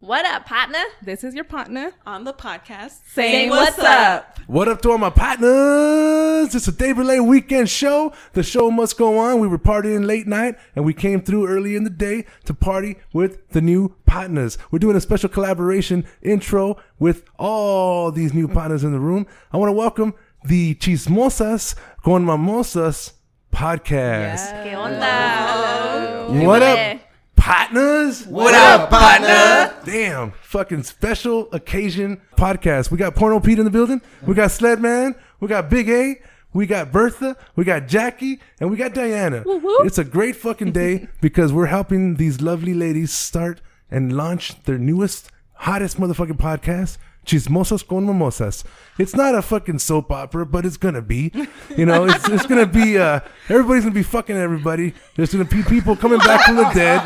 What up, partner? This is your partner on the podcast. saying what's, up. What up to all my partners? It's a day relay weekend show. The show must go on. We were partying late night and we came through early in the day to party with the new partners. We're doing a special collaboration intro with all these new partners in the room. I want to welcome the Chismosas con Mamosas podcast. ¿Qué onda? What Yeah. up, partners? What up, partner? Damn, fucking special occasion podcast. We got Porno Pete in the building. We got Sled Man. We got Big A. We got Bertha. We got Jackie. And we got Diana. It's a great fucking day because we're helping these lovely ladies start and launch their newest, hottest motherfucking podcast. Chismosas con mimosas. It's not a fucking soap opera, but it's gonna be. You know, it's, it's gonna be. Uh, everybody's gonna be fucking everybody. There's gonna be people coming back from the dead.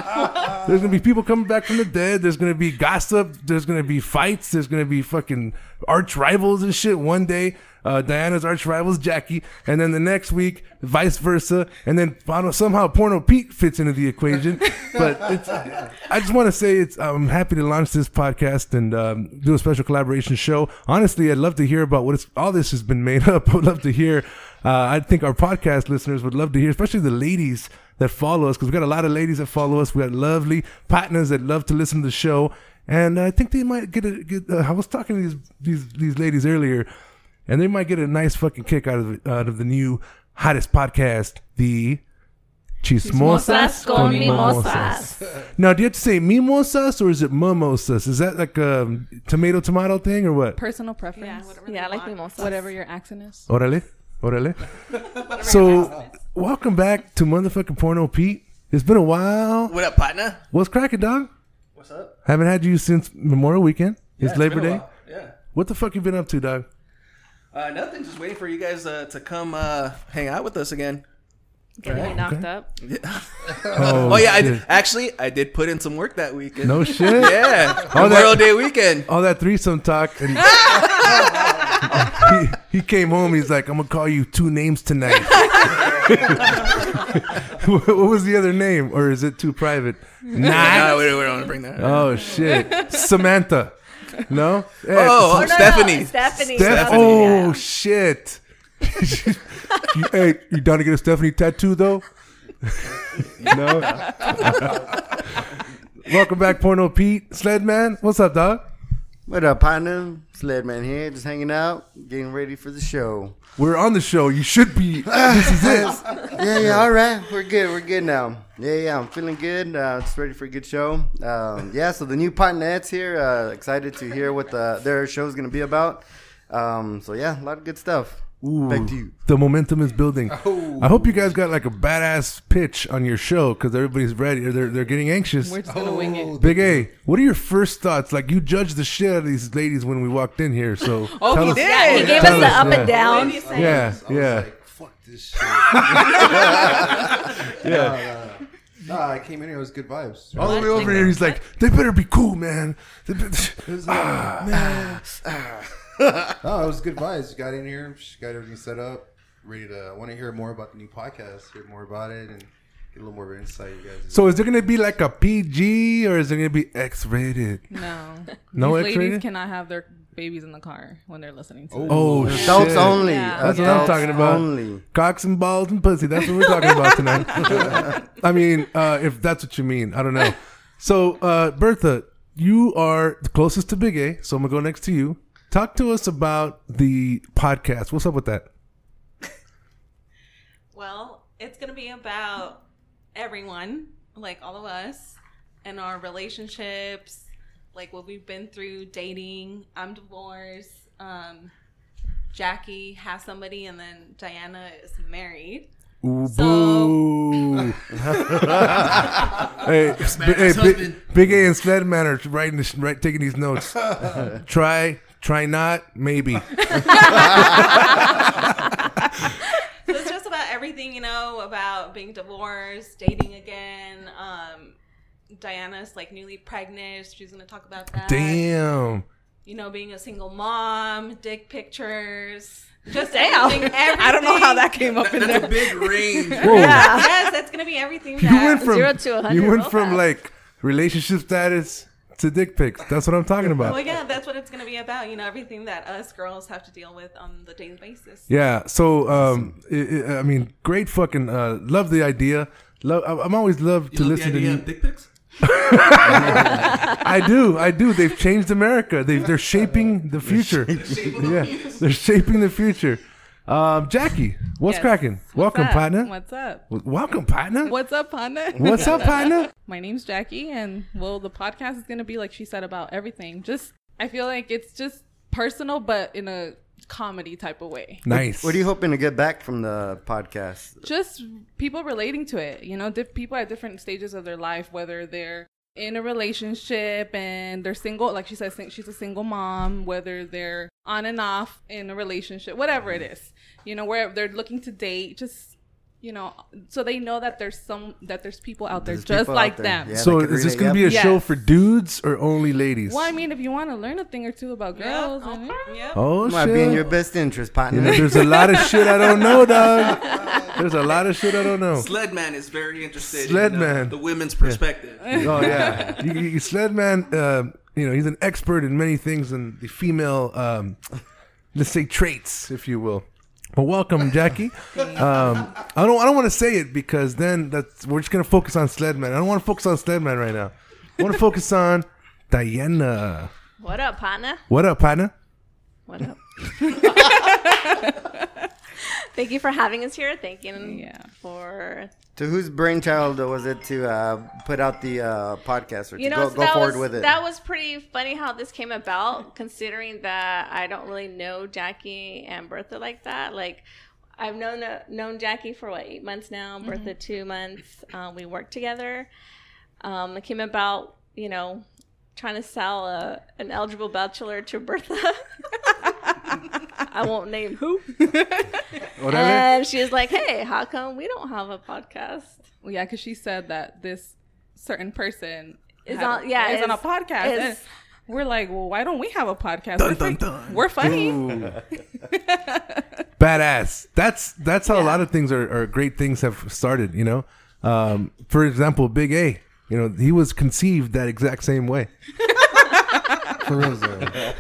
There's gonna be people coming back from the dead. There's gonna be gossip. There's gonna be fights. There's gonna be fucking arch rivals and shit. One day, uh, Diana's arch rival's Jackie, and then the next week, vice versa, and then I don't, somehow Porno Pete fits into the equation. But it's, I just want to say it's I'm happy to launch this podcast and um, do a special collaboration show. Honestly, I'd love to hear about what it's, all this has been made up. I'd love to hear. Uh, I think our podcast listeners would love to hear, especially the ladies that follow us because we got a lot of ladies that follow us. We got lovely partners that love to listen to the show, and I think they might get a. Get, uh, I was talking to these these these ladies earlier, and they might get a nice fucking kick out of it- out of the new hottest podcast, the Chismosas Chismosas con mimosas. Now, do you have to say mimosas or is it mimosas? Is that like a tomato tomato thing or what? Personal Yeah, preference. whatever. Yeah, I they like want. mimosas. Whatever your accent is. Orale, orale. so, welcome back to motherfucking Porno Pete. It's been a while. What up, partner? What's cracking, dog? What's up? Haven't had you since Memorial Weekend. it's Labor Day. Yeah. What the fuck you been up to, dog? Uh, nothing. Just waiting for you guys uh, to come uh, hang out with us again. Getting you knocked up. Oh, Oh yeah, I shit. d- actually I did put in some work that weekend. no shit. Yeah. Oh, that- Oh, Memorial Day weekend. All that threesome talk. And he, he came home. He's like, I'm gonna call you two names tonight. what what was the other name, or is it too private? No, Nah. we don't, we don't want to bring that. up. Oh shit, Samantha. No. Eh, oh, No, no, no, Stephanie. Stephanie. Steph- Stephanie, Oh shit. you, Oh, hey, you down to get a Stephanie tattoo though? no. Welcome back, Porno Pete. Sledman, what's up, dog? What up, partner? Sledman here, just hanging out, getting ready for the show. We're on the show. You should be. Ah. This is it. Yeah, yeah, all right. We're good. We're good now. Yeah, yeah, I'm feeling good. Uh, just ready for a good show. Um, yeah, so the new partnerettes here. Uh, excited to hear what the, their show is going to be about. Um, so, yeah, a lot of good stuff. Back to you. The momentum is building. Oh. I hope you guys got like a badass pitch on your show because everybody's ready. or They're they're getting anxious. We're just gonna wing it. Big A, what are your first thoughts? Like you judged the shit out of these ladies when we walked in here. So oh, he did. Yeah, he gave Tell us the us, up yeah. and down. Yeah, I was yeah. like, fuck this shit. yeah. Nah, I came in here. It was good vibes. All the way over here, he's like, they better be cool, man. They be- It was like, Ah. man. no, it was good vibes. Got in here, got everything set up, ready to. I want to hear more about the new podcast, hear more about it, and get a little more insight, you guys. So is there gonna be like a PG or is it gonna be X rated? No. No These ladies X-rated? cannot have their babies in the car when they're listening to. it. Oh shit! Adults only. That's what I'm Adults talking about. Only. Cocks and balls and pussy. That's what we're talking about tonight. I mean, uh, if that's what you mean, I don't know. So uh, Bertha, you are the closest to Big A, so I'm gonna go next to you. Talk to us about the podcast. What's up with that? Well, it's going to be about everyone, like all of us, and our relationships, like what we've been through, dating. I'm divorced. Um, Jackie has somebody, and then Diana is married. Ooh, So- boo. hey, s- b- hey, big, husband. big A and Sledman are writing this, right, taking these notes. try, try not, maybe. So it's just about everything, you know, about being divorced, dating again. Um, Diana's like newly pregnant. She's going to talk about that. Damn. You know, being a single mom, dick pictures. Just Damn. everything, I don't know how everything. that came up in That's there. a big range. Whoa. Yes, that's gonna be everything. You that- went from Zero to a hundred you went real from fast. like relationship status to dick pics. That's what I'm talking Well, about. yeah, that's what it's gonna be about. You know, everything that us girls have to deal with on the daily basis. Yeah. So um, i i I mean, great fucking uh, love the idea. Love. I- I'm always love You to love listen the to. idea New, of dick pics? I do. I do. They've changed America. They they're shaping the future. yeah, they're shaping the future. Um, Jackie, what's Yes. cracking? Welcome, up? partner. What's up? W- Welcome, partner. What's up, partner? What's up, partner? My name's Jackie, and well, the podcast is gonna be like she said about everything. Just I feel like it's just personal, but in a comedy type of way. Nice. What are you hoping to get back from the podcast? just people relating to it you know diff- people at different stages of their life whether they're in a relationship and they're single like she said sing- she's a single mom whether they're on and off in a relationship whatever it is you know where they're looking to date just you know so they know that there's some that there's people out there There's just people out like there, them yeah. so they could is this relate, gonna be a yep. show Yes. for dudes or only ladies? well i mean if you want to learn a thing or two about girls I mean- Yeah. oh Might shit. be in your best interest, You partner. know, there's a lot of shit I don't know, dog. There's a lot of shit I don't know. Sledman is very interested in uh, Sledman. the women's perspective. Oh yeah, you, you, Sledman. Uh, you know, he's an expert in many things and the female, um, let's say traits, if you will. Well, welcome, Jackie. Um, I don't. I don't want to say it because then that's we're just gonna focus on Sledman. I don't want to focus on Sledman right now. I want to focus on Diana. What up, partner? What up, partner? What up? Thank you for having us here. Thank you Yeah. for to whose brainchild was it to uh, put out the uh, podcast or to you know go, so go that forward was, with it? That was pretty funny how this came about, considering that I don't really know Jackie and Bertha like that. Like I've known known Jackie for what eight months now, Mm-hmm. Bertha two months. Um, we worked together. Um, it came about, you know, trying to sell a, an eligible bachelor to Bertha. I won't name who. Whatever. And she was like, "Hey, how come we don't have a podcast?" Well, yeah because she said that this certain person Is had- on- yeah, is on a is- podcast is- and we're like well why don't we have a podcast Dun, we're, dun, freak- dun. we're funny badass. That's that's how a lot of things are, are great things have started. You know, um, for example, Big A. You know, he was conceived that exact same way. For real, though.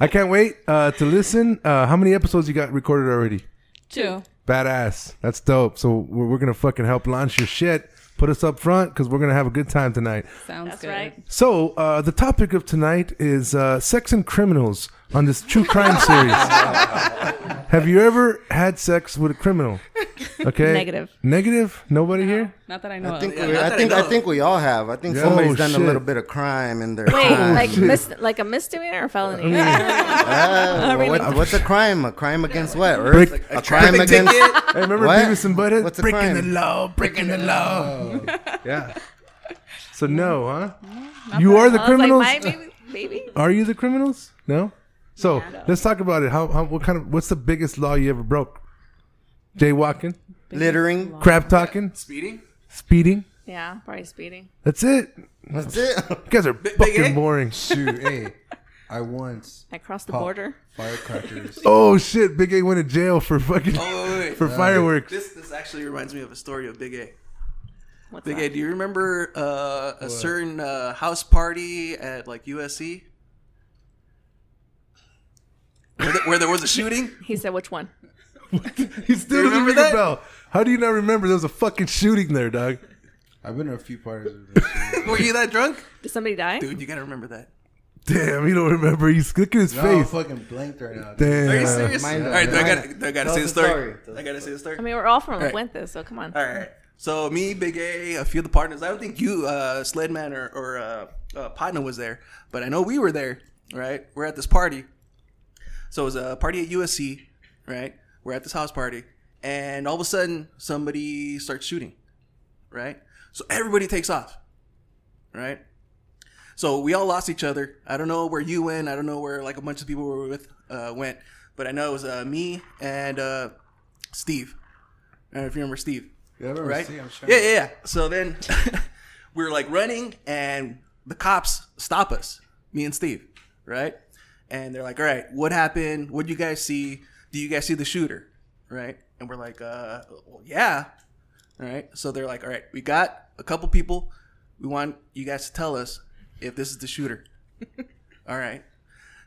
I can't wait uh, to listen. Uh, how many episodes you got recorded already? Two. Badass. That's dope. So we're, we're gonna fucking help launch your shit. Put us up front because we're gonna have a good time tonight. Sounds That's good. right. So uh, the topic of tonight is uh, sex and criminals on this true crime series. have you ever had sex with a criminal? Okay. Negative. Negative. Nobody here. Not that I know I think, of. Yeah, we, not I, that I think know I of. think we all have. I think Yeah. somebody's Oh, done shit. a little bit of crime in their Wait, time. like mis- like a misdemeanor or felony? Oh, Uh, well, what- what's a crime? A crime against what? Earth? Break- a crime against Hey, remember What? Beavis and Butthead? What's a breaking crime? Oh, the law, breaking the law. yeah. So no, huh? You are Mm-hmm. I was the like, criminals. my baby, baby. Are you the criminals? No. So let's talk about it. How, how? What kind of? What's the biggest law you ever broke? Jaywalking, littering. crap talking, Speeding? speeding. Yeah, probably speeding. That's it. That's it. You guys are Big fucking A? boring. Shoot, hey, I once I crossed the popped border. firecrackers. Oh shit! Big A went to jail for fucking Oh, wait, wait. for fireworks. This this actually reminds me of a story of Big A. What's Big that? A, do you remember uh, a certain uh, house party at like USC? Where, the, where there was a shooting? He said, "Which one?" you still You didn't remember ring a that? bell. How do you not remember? There was a fucking shooting there, dog. I've been to a few parties. With this shit. Were you that drunk? Did somebody die? Dude, you gotta remember that. Damn, you don't remember. He's look at his No, I'm face. fucking blanked right now. dude. Damn. Are you serious? mine All don't- right, do I mine gotta, do I gotta Tell see the us story. the story. I gotta see the story. I mean, we're all from right. Fuentes, so come on. All right. So me, Big A, a few of the partners. I don't think you, uh, Sledman or, or uh, uh, Patna was there, but I know we were there. Right? We're at this party. So it was a party at USC. Right? We're at this house party, and all of a sudden somebody starts shooting. Right? So everybody takes off. Right? So we all lost each other. I don't know where you went. I don't know where like a bunch of people we were with uh, went, but I know it was uh, me and uh, Steve. I don't know if you remember Steve Yeah, Oh, I remember right? seeing him shine. yeah, yeah, yeah. So then we were like running, and the cops stop us, me and Steve, right? and they're like, "All right, what happened? What do you guys see? Do you guys see the shooter?" Right? And we're like, "Uh, well, yeah." All right. So they're like, "All right, we got a couple people. We want you guys to tell us if this is the shooter." All right.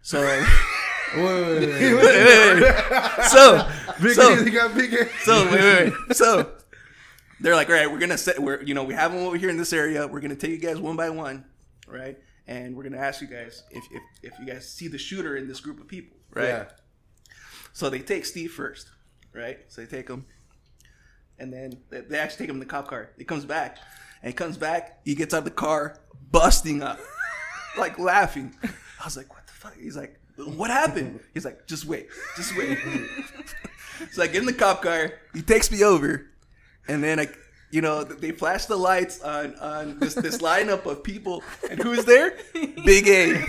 So so Big so he got big hands. so wait, wait, wait. so they're like, all right, we're gonna set. We're you know we have them over here in this area. We're gonna take you guys one by one, right? And we're gonna ask you guys if if, if you guys see the shooter in this group of people, right? Yeah. So they take Steve first, right? So they take him, and then they, they actually take him in the cop car. He comes back, and he comes back. He gets out of the car, busting up, like laughing. I was like, "What the fuck?" He's like, "What happened?" He's like, "Just wait, just wait." so I get in the cop car. He takes me over, and then I, you know, th- they flash the lights on on this this lineup of people, and who's there? Big A.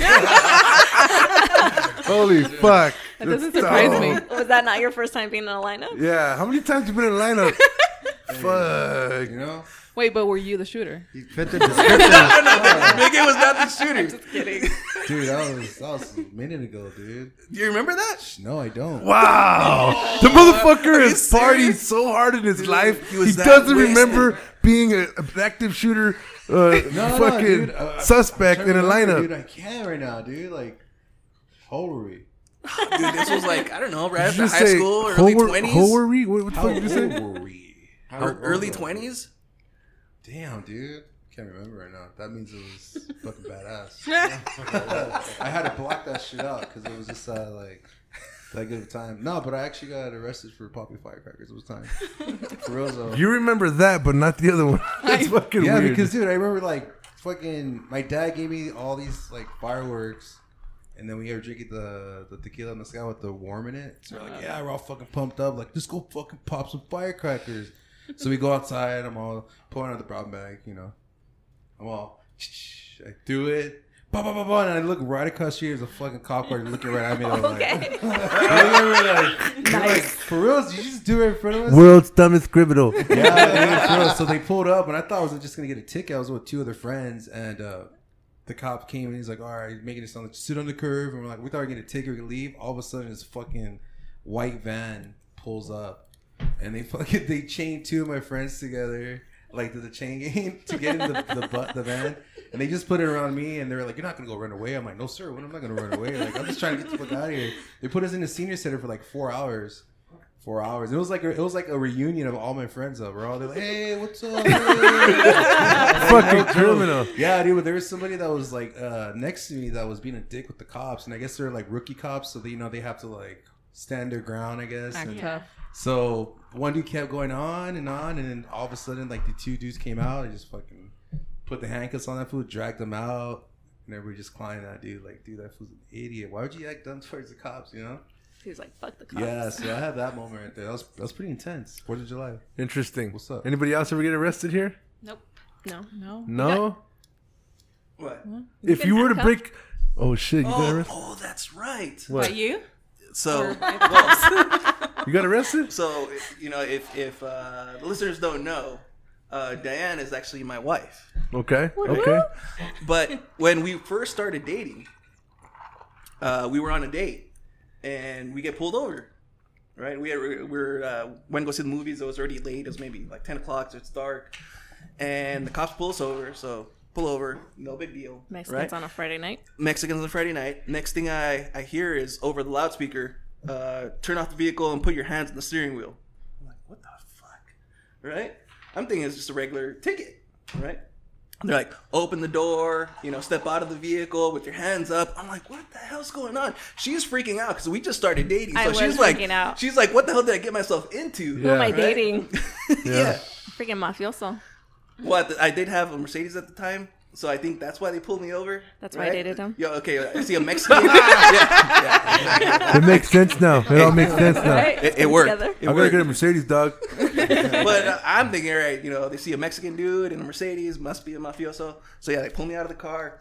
Holy fuck. That doesn't surprise me. Was that not your first time being in a lineup? Yeah, how many times you been in the lineup? fuck. You know? Wait, but were you the shooter? You fit the description. Big A was not the shooter. Dude, that was, that was a minute ago, dude. Do you remember that? No, I don't. Wow. The motherfucker Are you has partied serious? so hard in his life. he He, was that doesn't wasted. remember being a, an active shooter uh, No, no, fucking dude, I- I- suspect I'm in a trying to remember, lineup. Dude, I can't right now, dude. Like, how old were we? Dude, this was like I don't know, right Did after you high say school, early Howard- twenties, Howard Reed? What, what the fuck did you say? were we? How or old early were we? twenties. Damn, dude. Can't remember right now. That means it was fucking badass. I had to block that shit out because it was just uh, like that good of a time. No, but I actually got arrested for popping firecrackers. It was time. For real, though. You remember that, but not the other one. That's fucking yeah, weird. because dude, I remember like fucking my dad gave me all these like fireworks, and then we were drinking the the tequila mezcal with the warm in it. So Ah. we're like, yeah, we're all fucking pumped up. Like, let's go fucking pop some firecrackers. so we go outside. I'm all pulling out the brown bag, you know. I'm all, I do it. Bah, bah, bah, bah, and I look right across here. There's a fucking cop car looking right at me. I'm like, Okay. I remember, like, like, for real, did you just do it in front of us? World's dumbest criminal. yeah, dude, for real. So they pulled up, and I thought I was just gonna get a ticket. I was with two other friends, and uh, the cop came and he's like, "All right, making it sound like sit on the curb." And we're like, "We thought we were getting a ticket, we could leave." All of a sudden, this fucking white van pulls up, and they fucking they chained two of my friends together. Like to the chain game to get in the the, bu- the van, and they just put it around me, and they were like, "You're not gonna go run away." I'm like, "No, sir, what am I gonna run away? Like, I'm just trying to get the fuck out of here." They put us in the senior center for like four hours, four hours. It was like a, it was like a reunion of all my friends up. We're all they're like, "Hey, what's up?" fucking criminal. yeah, dude. But there was somebody that was like uh, next to me that was being a dick with the cops, and I guess they're like rookie cops, so they, you know they have to like stand their ground, I guess. Act And tough. So one dude kept going on and on, and then all of a sudden, like the two dudes came out and just fucking put the handcuffs on that fool, dragged him out. And everybody just climbed that dude, like, dude, that fool's an idiot. Why would you act dumb towards the cops, you know? He's like, fuck the cops. Yeah, so I had that moment right there. That was, that was pretty intense. 4th of July. Interesting. What's up? Anybody else ever get arrested here? Nope. No, no. No. What? If you were to handcuffed? break, oh shit, you got Oh, arrested. oh, that's right. What? But you? So You got arrested? so you know if if uh, the listeners don't know, uh, Diane is actually my wife. Okay. Okay. But when we first started dating, uh, we were on a date, and we get pulled over. Right, we were, we were uh, went to go see the movies. It was already late. It was maybe like ten o'clock. So it's dark, and the cops pull us over. So pull over, no big deal. Mexicans right? on a Friday night. Mexicans on Friday night. Next thing I, I hear is over the loudspeaker, uh, turn off the vehicle and put your hands on the steering wheel. I'm like, what the fuck? Right? I'm thinking it's just a regular ticket, right? They're like, open the door, you know, step out of the vehicle with your hands up. I'm like, what the hell's going on? She's freaking out because we just started dating. So I was she's like, freaking out. she's like, what the hell did I get myself into? Who am I Yeah. dating? yeah. Freaking mafioso. Well, at the- I did have a Mercedes at the time, so I think that's why they pulled me over. That's why I dated him. Yeah, okay. I see a Mexican. yeah, It makes sense now. It all makes sense now. Right? it, it worked. Together. It I'm gonna worked. get a Mercedes, dog. But uh, I'm thinking, all right, you know, they see a Mexican dude in a Mercedes, must be a mafioso. So yeah, they pull me out of the car,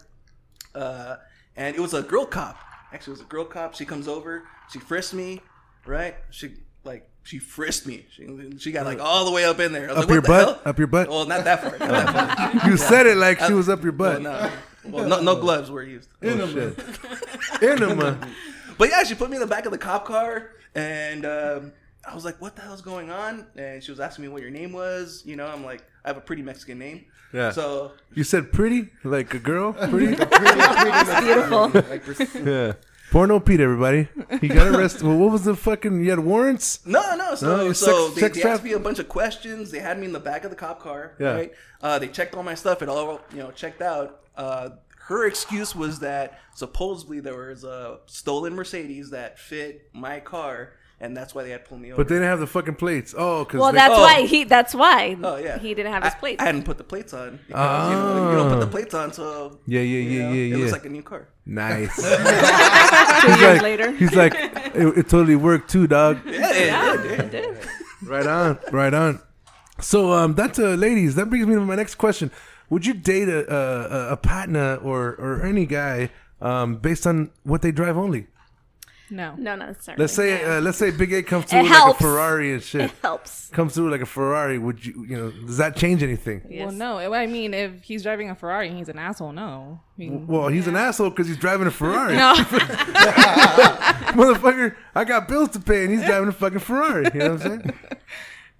uh, and it was a girl cop. Actually, it was a girl cop. She comes over, she frisked me, right? She like she frisked me. She, she got like all the way up in there. I was Up like, what your the butt? hell? Up your butt? Well, not that far. Not that far. You said it like she was up your butt. Well, no. Well, no, no gloves were used. Oh, shit. Enema. But yeah, she put me in the back of the cop car, and um, I was like, "What the hell's going on?" And she was asking me what your name was. You know, I'm like, I have a pretty Mexican name. Yeah. So You said pretty like a girl. Pretty. Beautiful. yeah. Porno Pete, everybody. He got arrested. well, what was the fucking? You had warrants. No, no. No, So, you're so sex- they, sex they traf- asked me a bunch of questions. They had me in the back of the cop car. Yeah. Right. Uh, they checked all my stuff. It all you know checked out. Uh, her excuse was that supposedly there was a stolen Mercedes that fit my car, and that's why they had pulled me over. But they didn't have the fucking plates. Oh, because Well, that's Oh. why he. That's why. oh yeah, He didn't have his I- plates. I, hadn't put the plates on. Because, you, know, you don't put the plates on, so Ah. Yeah, yeah, you yeah, know, yeah, It yeah. looks like a new car. nice. he's Two years like, later. he's like, it, it totally worked too, dog. Yeah, yeah, yeah. Right on, right on. So, um, that's uh, ladies. That brings me to my next question. Would you date a a, a- a partner or or any guy um, based on what they drive only? No. no, not necessarily. Let's say uh, let's say Big A comes through It with like a helps. Ferrari and shit. it helps. Comes through like a Ferrari. Would you you know? Does that change anything? Yes. Well, no. I mean, if he's driving a Ferrari and he's an asshole, no. I mean, Well, he's an asshole because he's driving a Ferrari. no. Motherfucker, I got bills to pay and he's driving a fucking Ferrari. You know what I'm saying?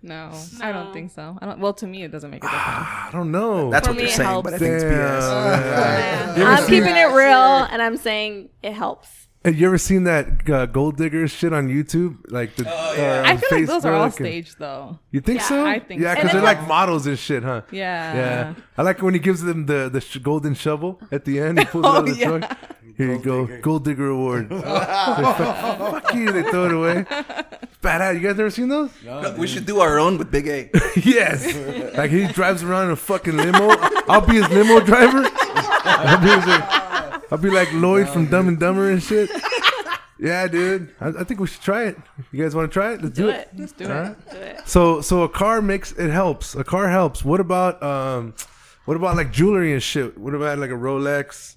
No, I don't think so. I don't. Well, to me, it doesn't make a difference. I don't know. That's For what me, they're it saying, helps. but I think it's BS. Damn. You ever I'm seen- keeping it real, and I'm saying it helps. Have you ever seen that uh, gold diggers shit on YouTube? Like the uh, I feel like those are all Facebook and- staged, though. You think Yeah, so? I think yeah, so. because And they're then like models and shit, huh? Yeah. Yeah, I like when he gives them the the sh- golden shovel at the end. He pulls it out of Oh, the yeah. truck. Here you go, gold digger award. They fuck, fuck you! They throw it away. Badass. You guys never seen those? We should do our own with Big A. Yes. like he drives around in a fucking limo. I'll be his limo driver. I'll be, his- uh, I'll be like Lloyd from Dumb and Dumber and shit. Yeah, dude. I, I think we should try it. You guys want to try it? Let's do, Do it. it. Let's do All it. right. Do it. So so a car makes it helps. A car helps. What about um what about like jewelry and shit? What about like a Rolex?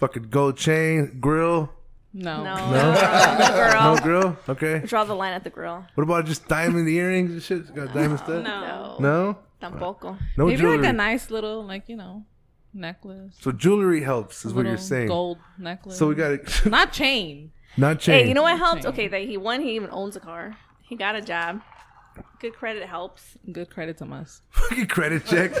Fucking gold chain, grill, No. No. No. Girl. no grill. Okay. Draw the line at the grill. What about just diamond earrings and shit? Got diamond stuff? No. No, Tampoco. no Maybe jewelry. like a nice little, like you know, necklace. so jewelry helps is what little you're saying. Gold necklace. So we got it. not chain. Not chain. Hey, you know what helped? Chain. Okay, that he one, he even owns a car. He got a job. Good credit helps. Good credit to us. Fucking credit check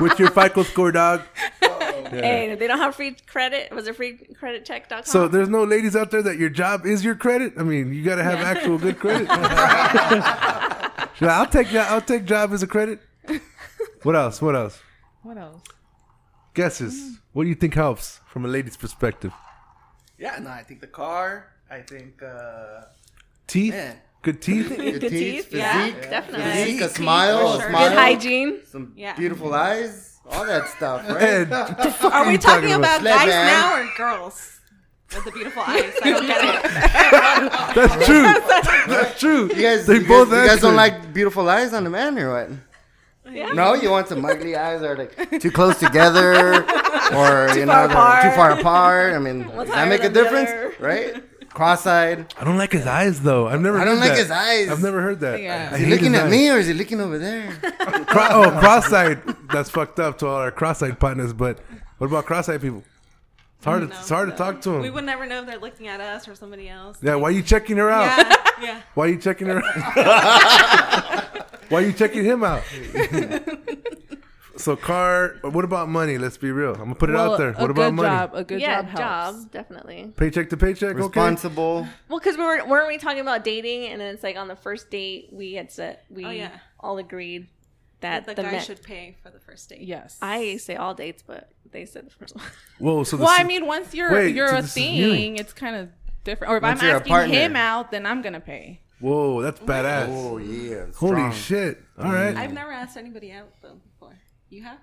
with your FICO score, dog. Hey, they don't have free credit. Was it free credit check.com? So there's no ladies out there that your job is your credit. I mean, you gotta have actual good credit. She's like, I'll take jo- I'll take job as a credit. What else? What else? What else? Guesses. What do you think helps from a lady's perspective? Yeah, no, I think the car. I think. Uh, Teeth. Man. Good teeth. good teeth. physique, yeah, definitely. physique, a smile, a Good smile, hygiene. some Yeah. beautiful eyes, all that stuff, right? And what the fuck Are we you talking about Sled guys man. now or girls? With the beautiful eyes. I don't get it. That's true. That's true. You guys, They you, both guys, you guys answered. don't like beautiful eyes on a man or what? No, you want some ugly eyes that are like too close together or you know far they're too apart. far apart. I mean, does higher that make a than the difference, other. right? Cross-eyed. I don't like his eyes though. I've never. I don't heard like that. his eyes. I've never heard that. Yeah. I Is he hate looking his at eyes. me or is he looking over there? Cro- oh, cross-eyed. That's fucked up to all our cross-eyed partners. But what about cross-eyed people? It's hard. to, it's hard to talk to them. We would never know if they're looking at us or somebody else. Yeah, why you checking her out? Yeah. yeah. Why you checking her? out? why you checking him out? so car. What about money? Let's be real. I'm gonna put it Well, out there. a What good about money? Job, a good yeah, job helps. definitely. Paycheck to paycheck. Okay. Responsible. Well, because we were weren't we talking about dating, and then it's like on the first date we had said we Oh, yeah. all agreed that The the, guy men- should pay for the first date. Yes. I say all dates, but they said the first one. Whoa. So the Well, s- I mean, once you're Wait, you're so a this is new. thing, it's kind of different. Or if Once I'm you're a asking partner. him out, then I'm gonna pay. Whoa, that's badass. Oh yeah. Holy strong. Mm. shit! All right. I've never asked anybody out though before. You have?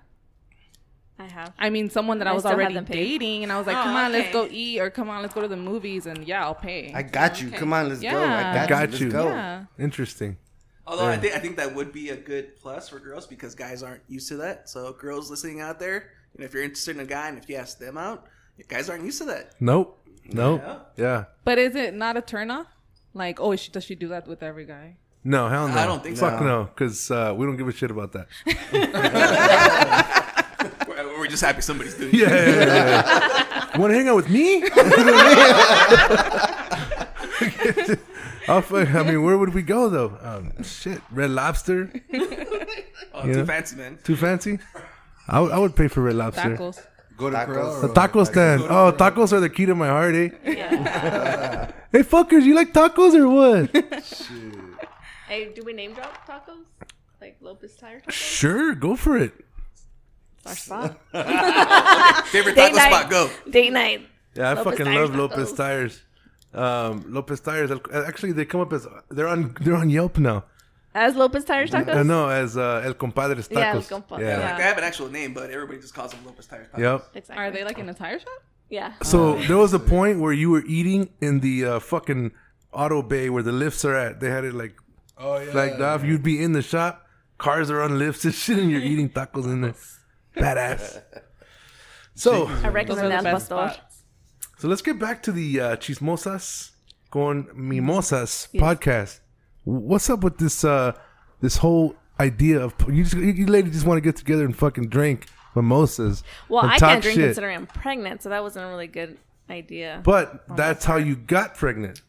I have. I mean, someone that I, I was still already haven't paid. dating, and I was like, Oh, "Come on, let's go okay. eat," or "Come on, let's go to the movies," and yeah, I'll pay. I got you. Okay. Come on, let's go. Yeah. I got, Got you. Let's you. go. yeah. Interesting. Although I think I think that would be a good plus for girls because guys aren't used to that. So girls listening out there, you know, if you're interested in a guy and if you ask them out, guys aren't used to that. Nope. Nope. Yeah. But is it not a turnoff? Like, oh, is she, does she do that with every guy? No, hell no. I don't think so. Fuck no, because uh, we don't give a shit about that. We're, we're just happy somebody's doing Yeah, yeah, yeah, yeah. Want to hang out with me? I'll fuck- I mean, where would we go though? Um, shit, Red Lobster, Oh, Yeah. too fancy, man. too fancy. I would- I would pay for Red Lobster. Tacos. Go to Corral. The taco stand. Oh, tacos are the key to my heart, eh? Yeah. Hey, fuckers, you like tacos or what? hey, do we name drop tacos? Like Lopez Tire Tacos? sure, go for it. It's our spot. Favorite Date taco night. spot? Go. Date night. Yeah, I Lopez fucking Tires love Lopez tacos. Tires. Um, Lopez Tires. El- Actually, they come up as they're on they're on Yelp now. As Lopez Tire Tacos? I know as uh, El Compadre's tacos. Yeah, El Compadre. Yeah. Yeah. Like, they have an actual name, but everybody just calls them Lopez Tires. Tacos. Yep. Exactly. Are they like in a tire shop? Yeah. So there was a point where you were eating in the uh, fucking auto bay where the lifts are at. They had it like Oh yeah. flagged off. You'd be in the shop, cars are on lifts and shit, and you're eating tacos in there. Badass. So I recommend Al Pastor. spots. so let's get back to the uh, Chismosas con Mimosas podcast. What's up with this uh, this whole idea of you just you, you ladies just want to get together and fucking drink mimosas? Well, and I talk can't drink shit. considering I'm pregnant, so that wasn't a really good idea. But that's how you got pregnant.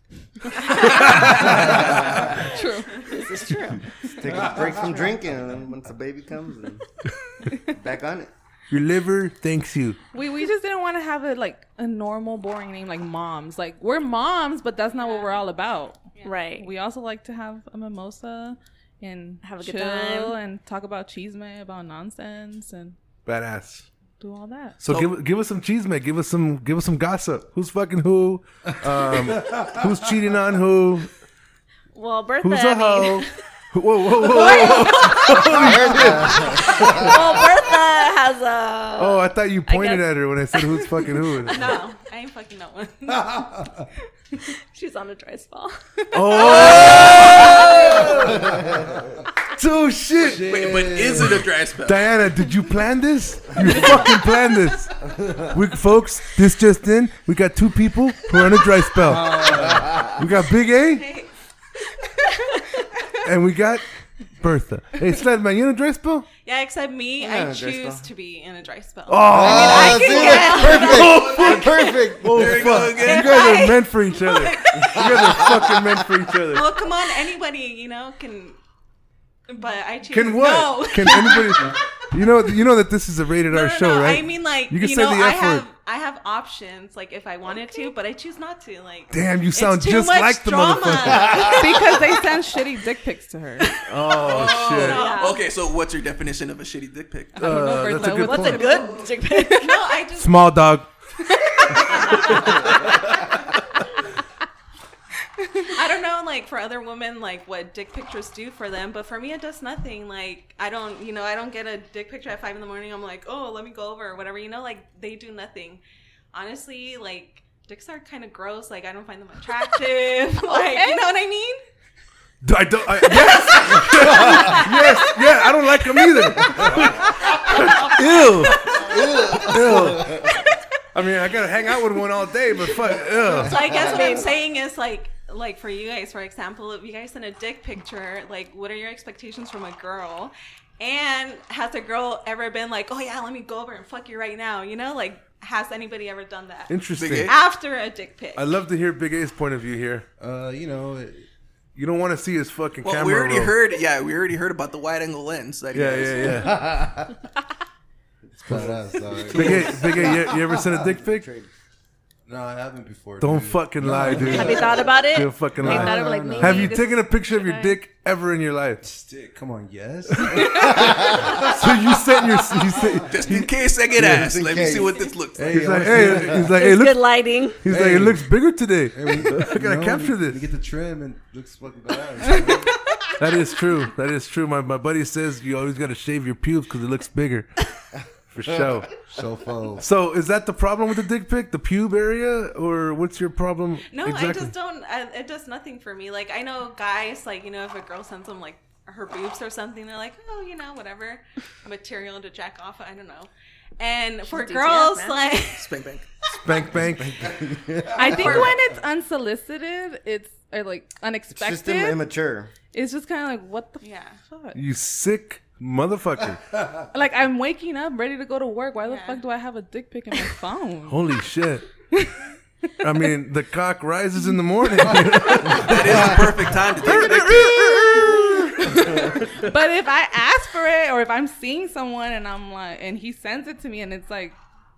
True. This is true. Take a break from drinking, and then once the baby comes, and back on it. Your liver thanks you. We we just didn't want to have it like a normal boring name like moms. Like we're moms, but that's not what we're all about. Right. We also like to have a mimosa and Have a chill good time. and talk about cheese about nonsense and Badass. do all that. So give give us some cheese, man. Give us some give us some gossip. Who's fucking who? Um, who's cheating on who? Well, Bertha, Who's I a mean, hoe? Whoa, whoa, whoa, whoa, whoa. well, Bertha has a. Oh, I thought you pointed guess- at her when I said who's fucking who. No, Oh, I ain't fucking no one. She's on a dry spell. So shit. Wait, but is it a dry spell? Diana, did you plan this? You fucking planned this. We folks, this just in, we got two people who are in a dry spell. We got Big A and we got Bertha. Hey Sled man, you in a dry spell? Yeah, except me, in I a dry choose spell. to be in a dry spell. Oh, Ah, see? perfect. Perfect. There you go again. You guys are meant for each other. You guys are fucking meant for each other. Well, come on, anybody, you know, can. But I choose. Can what? No. Can anybody? You know, you know that this is a rated No, R no, show, no. right? I mean, like You you, can say know, the I F have word. I have options, like if I wanted to, but I choose not to. Like, Damn, you it's sound too just much like the drama. motherfucker. because they send shitty dick pics to her. Oh shit! Okay, so what's your definition of a shitty dick pic? Uh, that's a Bertha, good what's point. it- Good. dick pic. no, I just Small dog. I don't know, like for other women, like what dick pictures do for them, but for me, it does nothing. Like I don't, you know, I don't get a dick picture at five in the morning. I'm like, oh, let me go over or whatever. You know, like they do nothing. Honestly, like dicks are kind of gross. Like I don't find them attractive. like you know what I mean? D- I don't. I, yes, yes, yeah. I don't like him either. ew, ew, ew. I mean, I gotta hang out with one all day, but fuck, ew. So I guess what I'm saying is like. Like for you guys, for example, if you guys send a dick picture, like what are your expectations from a girl? And has a girl ever been like, oh yeah, let me go over and fuck you right now? You know, like has anybody ever done that? Interesting. Big A? after a dick pic. I love to hear Big A's point of view here. Uh, you know, it- You don't want to see his fucking Well, camera. we already roll. heard. Yeah, we already heard about the wide angle lens. That he Yeah, has. yeah, yeah. it's badass. dog. Big A, Big A, you, you ever sent a dick pic? no, I haven't before. Don't dude. fucking lie, dude. Have you thought about it? Don't fucking Have you lie. thought of, like, No, no, maybe no. Have you this- taken a picture of your Okay. dick ever in your life? Stick. Come on, yes. So you sent your, you sent, Just in case I get asked, in let me case. see what this looks like. he's like, hey, he's like, hey, Good look, lighting. he's like, it looks bigger today. Hey, we, you gotta capture we- this. We get the trim and it looks fucking badass. That is true. That is true. My my buddy says you always got to shave your pubes because it looks bigger, for sure. so faux. So is that the problem with the dick pic, the pube area, or what's your problem? no, I just don't. I, it does nothing for me. Like I know guys, like you know, if a girl sends them like her boobs or something, they're like, oh, you know, whatever material to jack off. I don't know. And for DTF, girls, man. like Spank bank. bank bank. I think when it's unsolicited, it's or like System unexpected. immature. It's just kind of like what the yeah, fuck. You sick motherfucker. Like I'm waking up ready to go to work. Why the Yeah. fuck do I have a dick pic in my phone? Holy shit. I mean, the cock rises in the morning. That is the perfect time to take a picture. but if I ask for it or if I'm seeing someone and I'm like and he sends it to me and it's like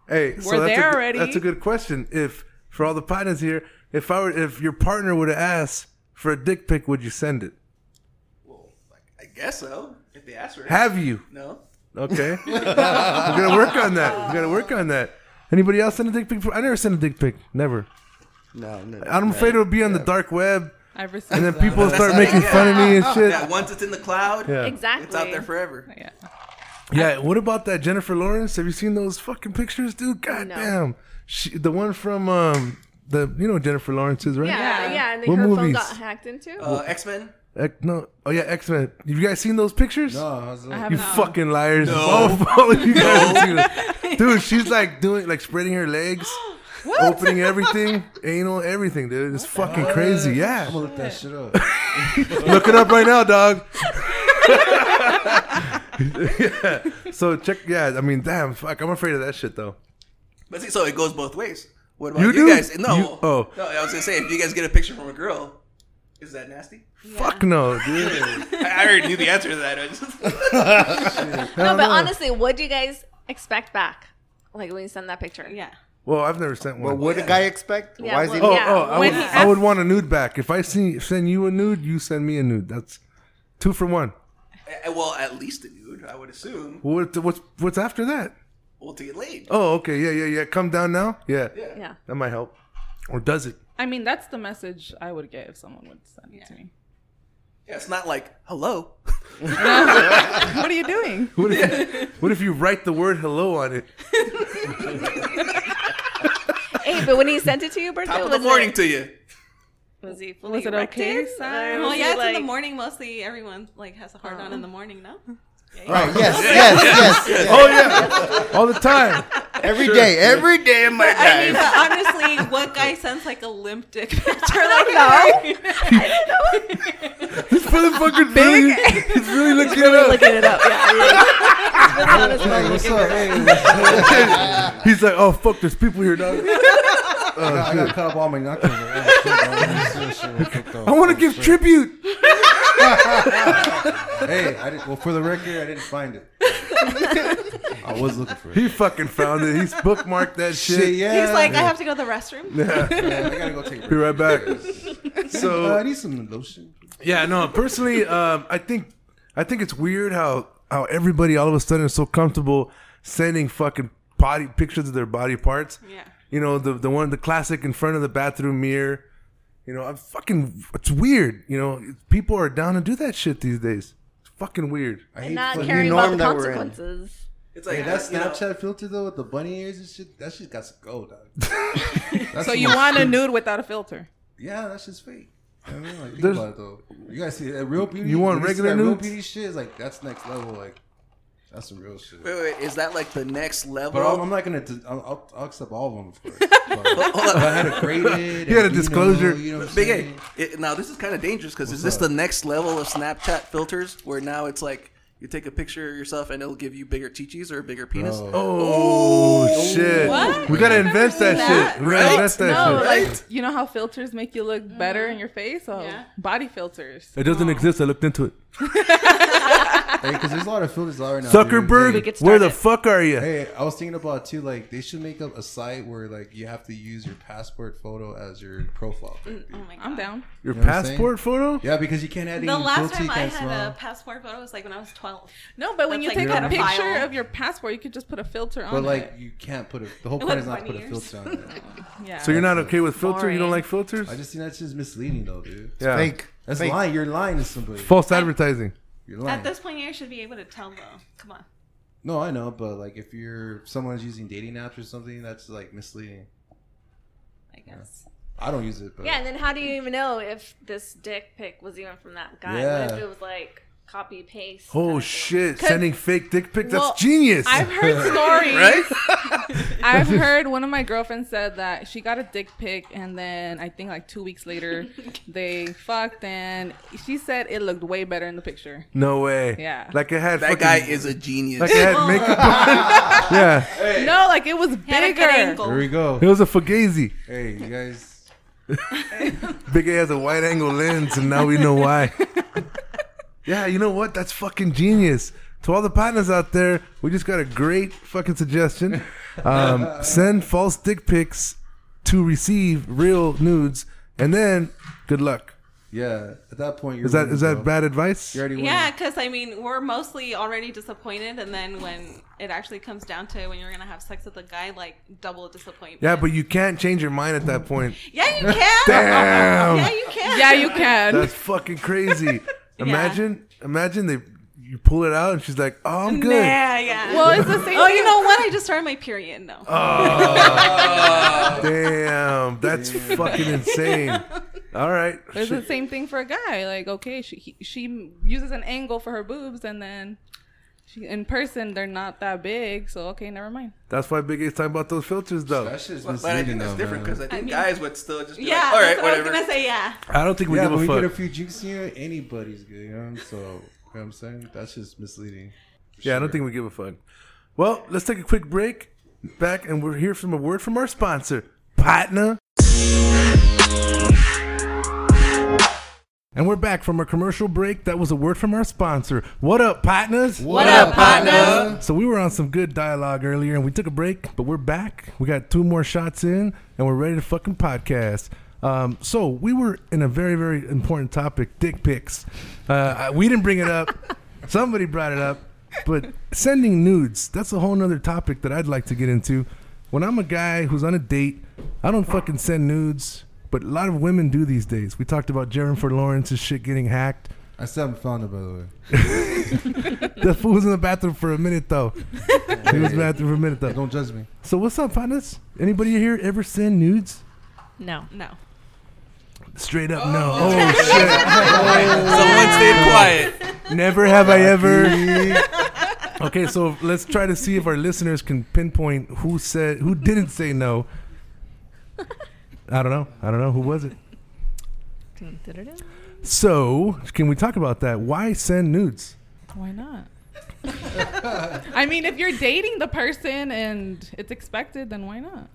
Hey, so We're that's there a, good- already. That's a good question. If for all the partners here, if I were, if your partner would have asked for a dick pic, would you send it? Well, I guess so. If they ask for it. Have you? No. Okay, we're gonna work on that. We're gonna work on that. Anybody else send a dick pic? I never send a dick pic. Never. No, no. I'm afraid it'll be on the dark web, I've and received then that. people That's start not- making yeah. fun of me and Yeah, shit. once it's in the cloud, Yeah. Exactly. it's out there forever. yeah. Yeah. What about that Jennifer Lawrence? Have you seen those fucking pictures, dude? God damn. She, the one from um, the you know who Jennifer Lawrence is right. Yeah, Yeah. yeah. and What her phone movies? got hacked into. Uh, X Men. Ec- no. Oh yeah, X Men. Have you guys seen those pictures? No, I was like, have You No. fucking liars! Oh, all of you guys have seen it. dude. She's like doing like spreading her legs, opening everything, anal, everything, dude. It's fucking crazy. I'm Yeah, gonna look that shit up. look it up right now, dog. yeah. So check. Yeah, I mean, damn, fuck. I'm afraid of that shit though. But see, so it goes both ways. What about You you, do? guys? No. You- oh. No, I was gonna say if you guys get a picture from a girl, is that nasty? Fuck no, dude. I I already knew the answer to that. I just- Hell no, but no. honestly, what do you guys expect back? Like when you send that picture? Yeah. Well, I've never sent one. What would a guy expect? Yeah, Why is he? well- Oh, Yeah, oh, I when would, he I would want a nude back. If I see, send you a nude, you send me a nude. That's two for one. Eh, well, at least a dude, I would assume, What, what's what's after that? will to get laid. Oh, okay, yeah, yeah, yeah. Come down now. Yeah, Yeah. that might help. Or does it? I mean that's the message I would get if someone would send it to me. Yeah, it's not like hello. What are you doing? What if, what if you write the word hello on it? Hey, but when he sent it to you, birthday Top of was the morning It, to you. was he fully Was it erected? okay, Or son? was Well, he, yeah, it's in like- Mm. the morning. Mostly everyone like has a hard on in the morning. No. Right. Yes. Yes. Yes. yes. Oh yeah, all the time. Every day. Every day of my I mean, life. but honestly, what guy sends like a limp dick picture like no. This motherfucker really, he's really looking it up. looking it up. Yeah, Hey, what's up? Hey, He's like, oh fuck, there's people here, dog. I gotta cut up all my knuckles. I I want to give tribute. Hey, I did, well, for the record, I didn't find it. I was looking for it. He fucking found it. He's bookmarked that Shit, shit. yeah. He's like, I have to go to the restroom. yeah, I gotta go take a Be break. right back. Uh, I So need some lotion. yeah, no. Personally, um, I think I think it's weird how how everybody all of a sudden is so comfortable sending fucking body pictures of their body parts. Yeah. You know, the the one the classic in front of the bathroom mirror. You know, I'm fucking it's weird. You know, people are down to do that shit these days. It's fucking weird. I and not fucking- caring about the norm that we're in. consequences. It's like Hey, that you know, Snapchat filter though with the bunny ears and shit, that shit got to go, dog. That's So you some- want a nude without a filter? Yeah, that shit's fake. I mean, like, think There's- about it though. You guys see that real beauty? You want when see regular that real nudes? beauty shit? Is like that's next level. Like that's some real shit. Wait, wait, wait, is that like the next level? But I'm, I'm not gonna. T- I'll, I'll, I'll accept all of them, of course. But, but I had a graded. You had a and, know, disclosure. You know, what I'm Big A. saying? It, now this is kind of dangerous because is this up? the next level of Snapchat filters where now it's like you take a picture of yourself and it'll give you bigger teechees or a bigger penis? Oh, shit! What? We gotta invent that, that. shit. We gotta invent that No, Oh, shit. like you know how filters make you look better in your face? Oh, Mm-hmm. Yeah. body filters. It doesn't exist. I looked into it. because there's a lot of filters out right now. dude. Zuckerberg, get where started. the fuck are you? Hey, I was thinking about too. Like they should make up a site where like you have to use your passport photo as your profile. picture. Oh my god. I'm down. Your know what I'm passport photo? Yeah, because you can't add The any last filter time I against had wrong. a passport photo was like when I was 12. No, but when That's you like take a pedophile. picture of your passport, you could just put a filter on But like it. you can't put a. The whole It point was is not to put a bunny ears. filter on it. Yeah. So you're not okay with filter? You don't Boring. like filters? I just think that's just misleading though, dude. yeah. Fake. That's fake. lying. You're lying to somebody. False advertising. You're lying. At this point, you should be able to tell though. Come on. no, I know, but like if you're someone's using dating apps or something, that's like misleading. I guess. I don't use it, but Yeah, and then how do you even know if this dick pic was even from that guy? Yeah. What if it was like copy paste. kind Oh of thing. shit! 'Cause- Sending fake dick pic. Well, That's genius. I've heard stories. Right? I've heard one of my girlfriends said that she got a dick pic, and then I think like two weeks later, they fucked, and she said it looked way better in the picture. no way. Yeah. Like it had That fucking, guy is a genius. Like it had makeup on. yeah. No, like it was Had a good bigger. angle. Here we go. It was a fugazi. Hey, you guys. Big A has a wide angle lens, and now we know why. yeah, you know what? That's fucking genius. To all the partners out there, we just got a great fucking suggestion. Um, send false dick pics to receive real nudes, and then good luck. Yeah, at that point, you're Is that winning, is bro. that bad advice? You're already winning. Yeah, because I mean, we're mostly already disappointed, and then when it actually comes down to when you're gonna have sex with a guy, like double disappointment. Yeah, but you can't change your mind at that point. yeah, you can. Damn. Yeah, you can. Yeah, you can. That's fucking crazy. Imagine, imagine they you pull it out and she's like, "Oh, I'm good." Yeah, yeah. Well, it's the same. oh, you know what? I just started my period. No. Oh, Damn, that's fucking insane. All right, It's Shit. the same thing for a guy. Like, okay, she he, she uses an angle for her boobs, and then she in person they're not that big. So okay, never mind. that's why Big A's talking about those filters, though. That shit's but I misleading think that's though, different man. because I think guys would still just be yeah, like, all that's right, what I whatever. was gonna say. Yeah. I don't think we yeah, give but a we fuck. get a few jukes here. Anybody's good, you know. So you know what I'm saying that's just misleading. Yeah, I don't think we give a fuck. Well, let's take a quick break. Back, and we're here from a word from our sponsor, Patna. And we're back from a commercial break. That was a word from our sponsor. What up, partners? What up, partner? So we were on some good dialogue earlier, and we took a break, but we're back. We got two more shots in, and we're ready to fucking podcast. Um, so we were in a very, very important topic: dick pics. Uh, I- we didn't bring it up; somebody brought it up. But sending nudes—that's a whole nother topic that I'd like to get into. When I'm a guy who's on a date, I don't fucking send nudes. But a lot of women do these days. We talked about Jennifer Lawrence's shit getting hacked. I still haven't found it, by the way. The fool was in the bathroom for a minute though. He was in the bathroom for a minute though. Don't judge me. So what's up, partners? Anybody here ever send nudes? No. No. Straight up, no. Oh Someone stayed quiet. shit! Never have I ever. Okay, so let's try to see if our listeners can pinpoint who said who didn't say no. I don't know. I don't know who was it. So can we talk about that? Why send nudes? Why not? I mean, if you're dating the person and it's expected, then why not?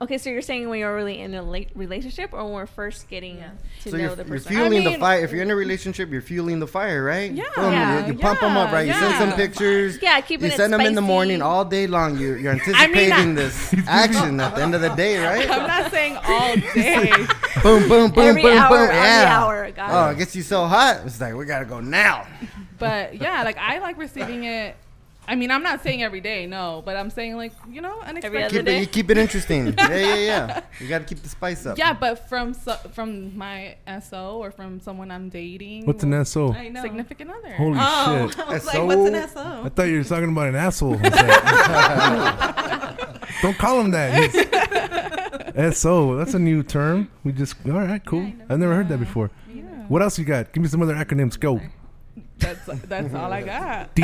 Okay, so you're saying when you're really in a late relationship or when we're first getting to So know you're, the you're person? fueling mean- the fire. If you're in a relationship, you're fueling the fire, right? Yeah. Boom, Yeah, you, you pump them up, yeah, right? You send some yeah. pictures. Yeah, keeping You it send them in the spicy. morning all day long. You, you're anticipating I- this action at the end of the day, right? I'm not saying all day. boom, boom, boom, Every boom, hour boom. on the yeah. hour, got oh, it. it gets you so hot. It's like we gotta go now. But yeah, like I like receiving it. I mean, I'm not saying every day, no, but I'm saying like you know, other Keep unexpected. day. it, you keep it interesting. yeah, yeah, yeah. You gotta keep the spice up. Yeah, but from so, from my SO or from someone I'm dating, What's an SO? I know. significant other? Holy Oh, shit! I was SO. like, what's an I SO? thought you were talking about an asshole. I was like, Don't call him that. He's- SO. That's a new term. We just all right, cool. I've never heard that before. What else you got? Give me some other acronyms. Go. That's that's all I got. D-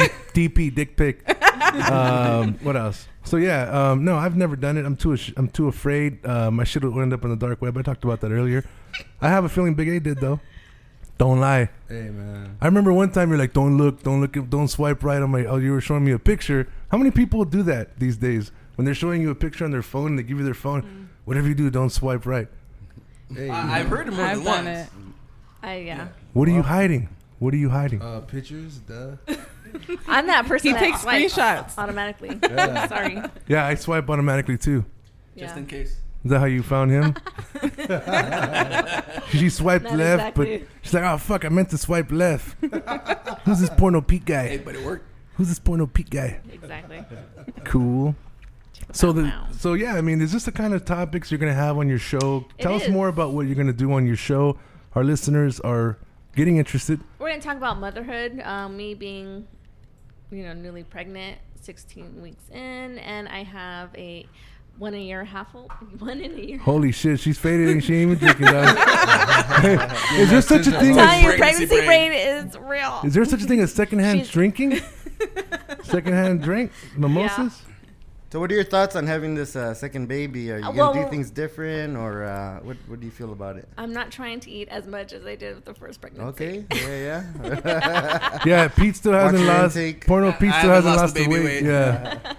DP, dick pic. Um, what else? So yeah, um, no, I've never done it. I'm too ash- I'm too afraid. Um, my shit will end up on the dark web. I talked about that earlier. I have a feeling Big A did though. Don't lie. Hey, man. I remember one time you're like, "Don't look, don't look, don't swipe right." on my. oh, you were showing me a picture. How many people do that these days? When they're showing you a picture on their phone, and they give you their phone. Mm. Whatever you do, don't swipe right. Hey, I- I've heard it more I've than done once. it. I, yeah. What are you hiding? What are you hiding? uh, pictures, duh. I'm that person. He that takes swipes screenshots. automatically. Yeah. Sorry. yeah, I swipe automatically too. Just Yeah. in case. Is that how you found him? she swiped Not left, but exactly. she's like, "Oh fuck, I meant to swipe left." Who's this porno Pete Hey, guy? but it worked. Who's this porno Pete guy? Exactly. Cool. So the now. so yeah, I mean, is this the kind of topics you're gonna have on your show? It Tell us is. more about what you're gonna do on your show. Our listeners are getting interested. We're gonna talk about motherhood. Um, me being, you know, newly pregnant, 16 weeks in, and I have a one a year, half old, one in a year. Holy shit, she's faded and she ain't even drinking. dog. is there such a thing? As, Telling you, Pregnancy pregnancy brain. brain is real. is there such a thing as secondhand She's- drinking? secondhand drink, mimosas. So, what are your thoughts on having this uh, second baby? Are you Uh, gonna do well- things different, or uh, what? What do you feel about it? I'm not trying to eat as much as I did with the first pregnancy. Okay, yeah, yeah. Yeah, Pete still hasn't your lost. intake. Porno Pete I still haven't hasn't lost lost the the baby weight. weight. Yeah,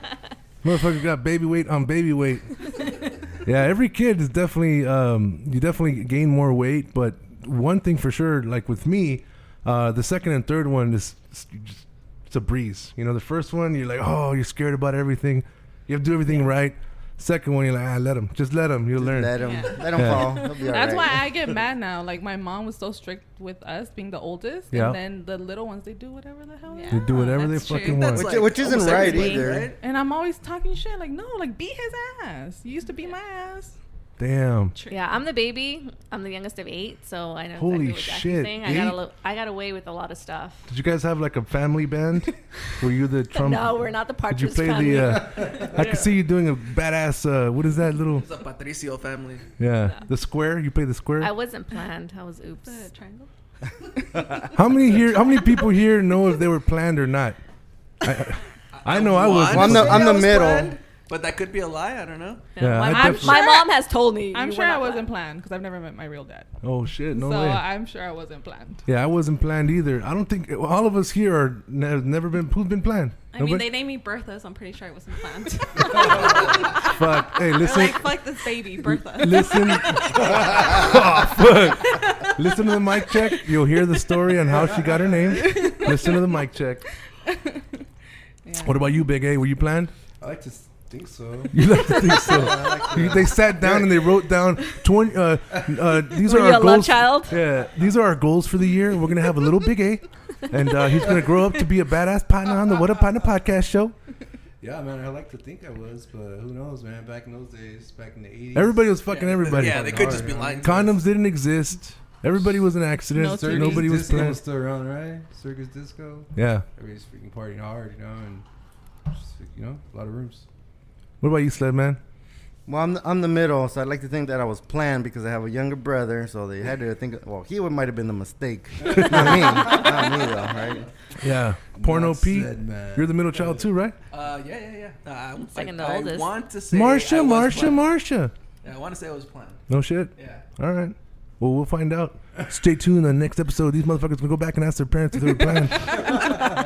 motherfucker got baby weight on baby weight. yeah, every kid is definitely um, you definitely gain more weight, but one thing for sure, like with me, uh, the second and third one is it's just- it's a breeze. You know, the first one you're like, oh, you're scared about everything, you have to do everything right. Second one, you're like, ah, let him, just let him, you'll learn. let him, let him Yeah. fall. He'll be all That's right. why I get mad now. Like my mom was so strict with us being the oldest, Yeah. and then the little ones they do whatever the hell. they They want. do whatever they That's true. fucking That's want. Which- like which isn't almost right everything, either. right? And I'm always talking shit. Like no, like beat his ass. You used to beat my ass. Damn. Yeah, I'm the baby. I'm the youngest of eight, so I know Holy exactly what Jackie's shit, saying. I got, eight? a lo- I got away with a lot of stuff. Did you guys have like a family band? Were you the Trump? no, we're not the Um, Did you Partridge play Family. the? Uh, I could see you doing a badass. Uh, what is that little? It's a Patricio family. Yeah, the square. You play the square. I wasn't planned. I was oops. The triangle. how many here? How many people here know if they were planned or not? I, I know I was. One, Well, I'm the- maybe I'm I the was middle. planned, but that could be a lie. I don't know. No, Yeah, my, I my- definitely- my mom has told me. I'm you sure were I not planned. wasn't planned because I've never met my real dad. Oh shit! No so way. I'm sure I wasn't planned. yeah, I wasn't planned either. I don't think all of us here are ne- never been. Who's been planned? I mean, Nobody? they named me Bertha, so I'm pretty sure it wasn't planned. Fuck. Hey, They're listen. like, fuck this baby, Bertha. Listen. Oh, fuck. Listen to the mic check. You'll hear the story on how she got her name. Listen to the mic check. What about you, Big A? Were you planned? I like to s- think so. You like to think so. I like You- They sat down and they wrote down 20, uh, uh, these Were are you our a love goals. child? Yeah, these are our goals for the year. We're gonna have a little Big A, and uh, he's gonna grow up to be a badass partner on the What a Partner podcast show. Yeah, man, I like to think I was, but who knows, man? Back in those days, back in the 80s. Everybody was fucking Yeah, everybody. Yeah, they could just be Hard, lying. to us. Condoms didn't exist. Everybody was an accident. Circus Nobody was disco planned. was still around, right? Circus disco. Yeah. Everybody's freaking partying hard, you know, and just, you know, a lot of rooms. What about you, Sled Man? Well, I'm the, I'm the middle, so I'd like to think that I was planned because I have a younger brother, so they had to think. Well, he would- might have been the mistake. not me, not me though, right? Yeah. Porno Not Pete. said, man. You're the middle child too, right? Uh, yeah, yeah, yeah. No, I'm Second I, to oldest. I want to say I Marsha, was Marsha, planned. Marsha. Yeah, I want to say I was planned. No shit. Yeah. All right. Well, we'll find out. Stay tuned on the next episode. These motherfuckers gonna go back and ask their parents if they were planned. and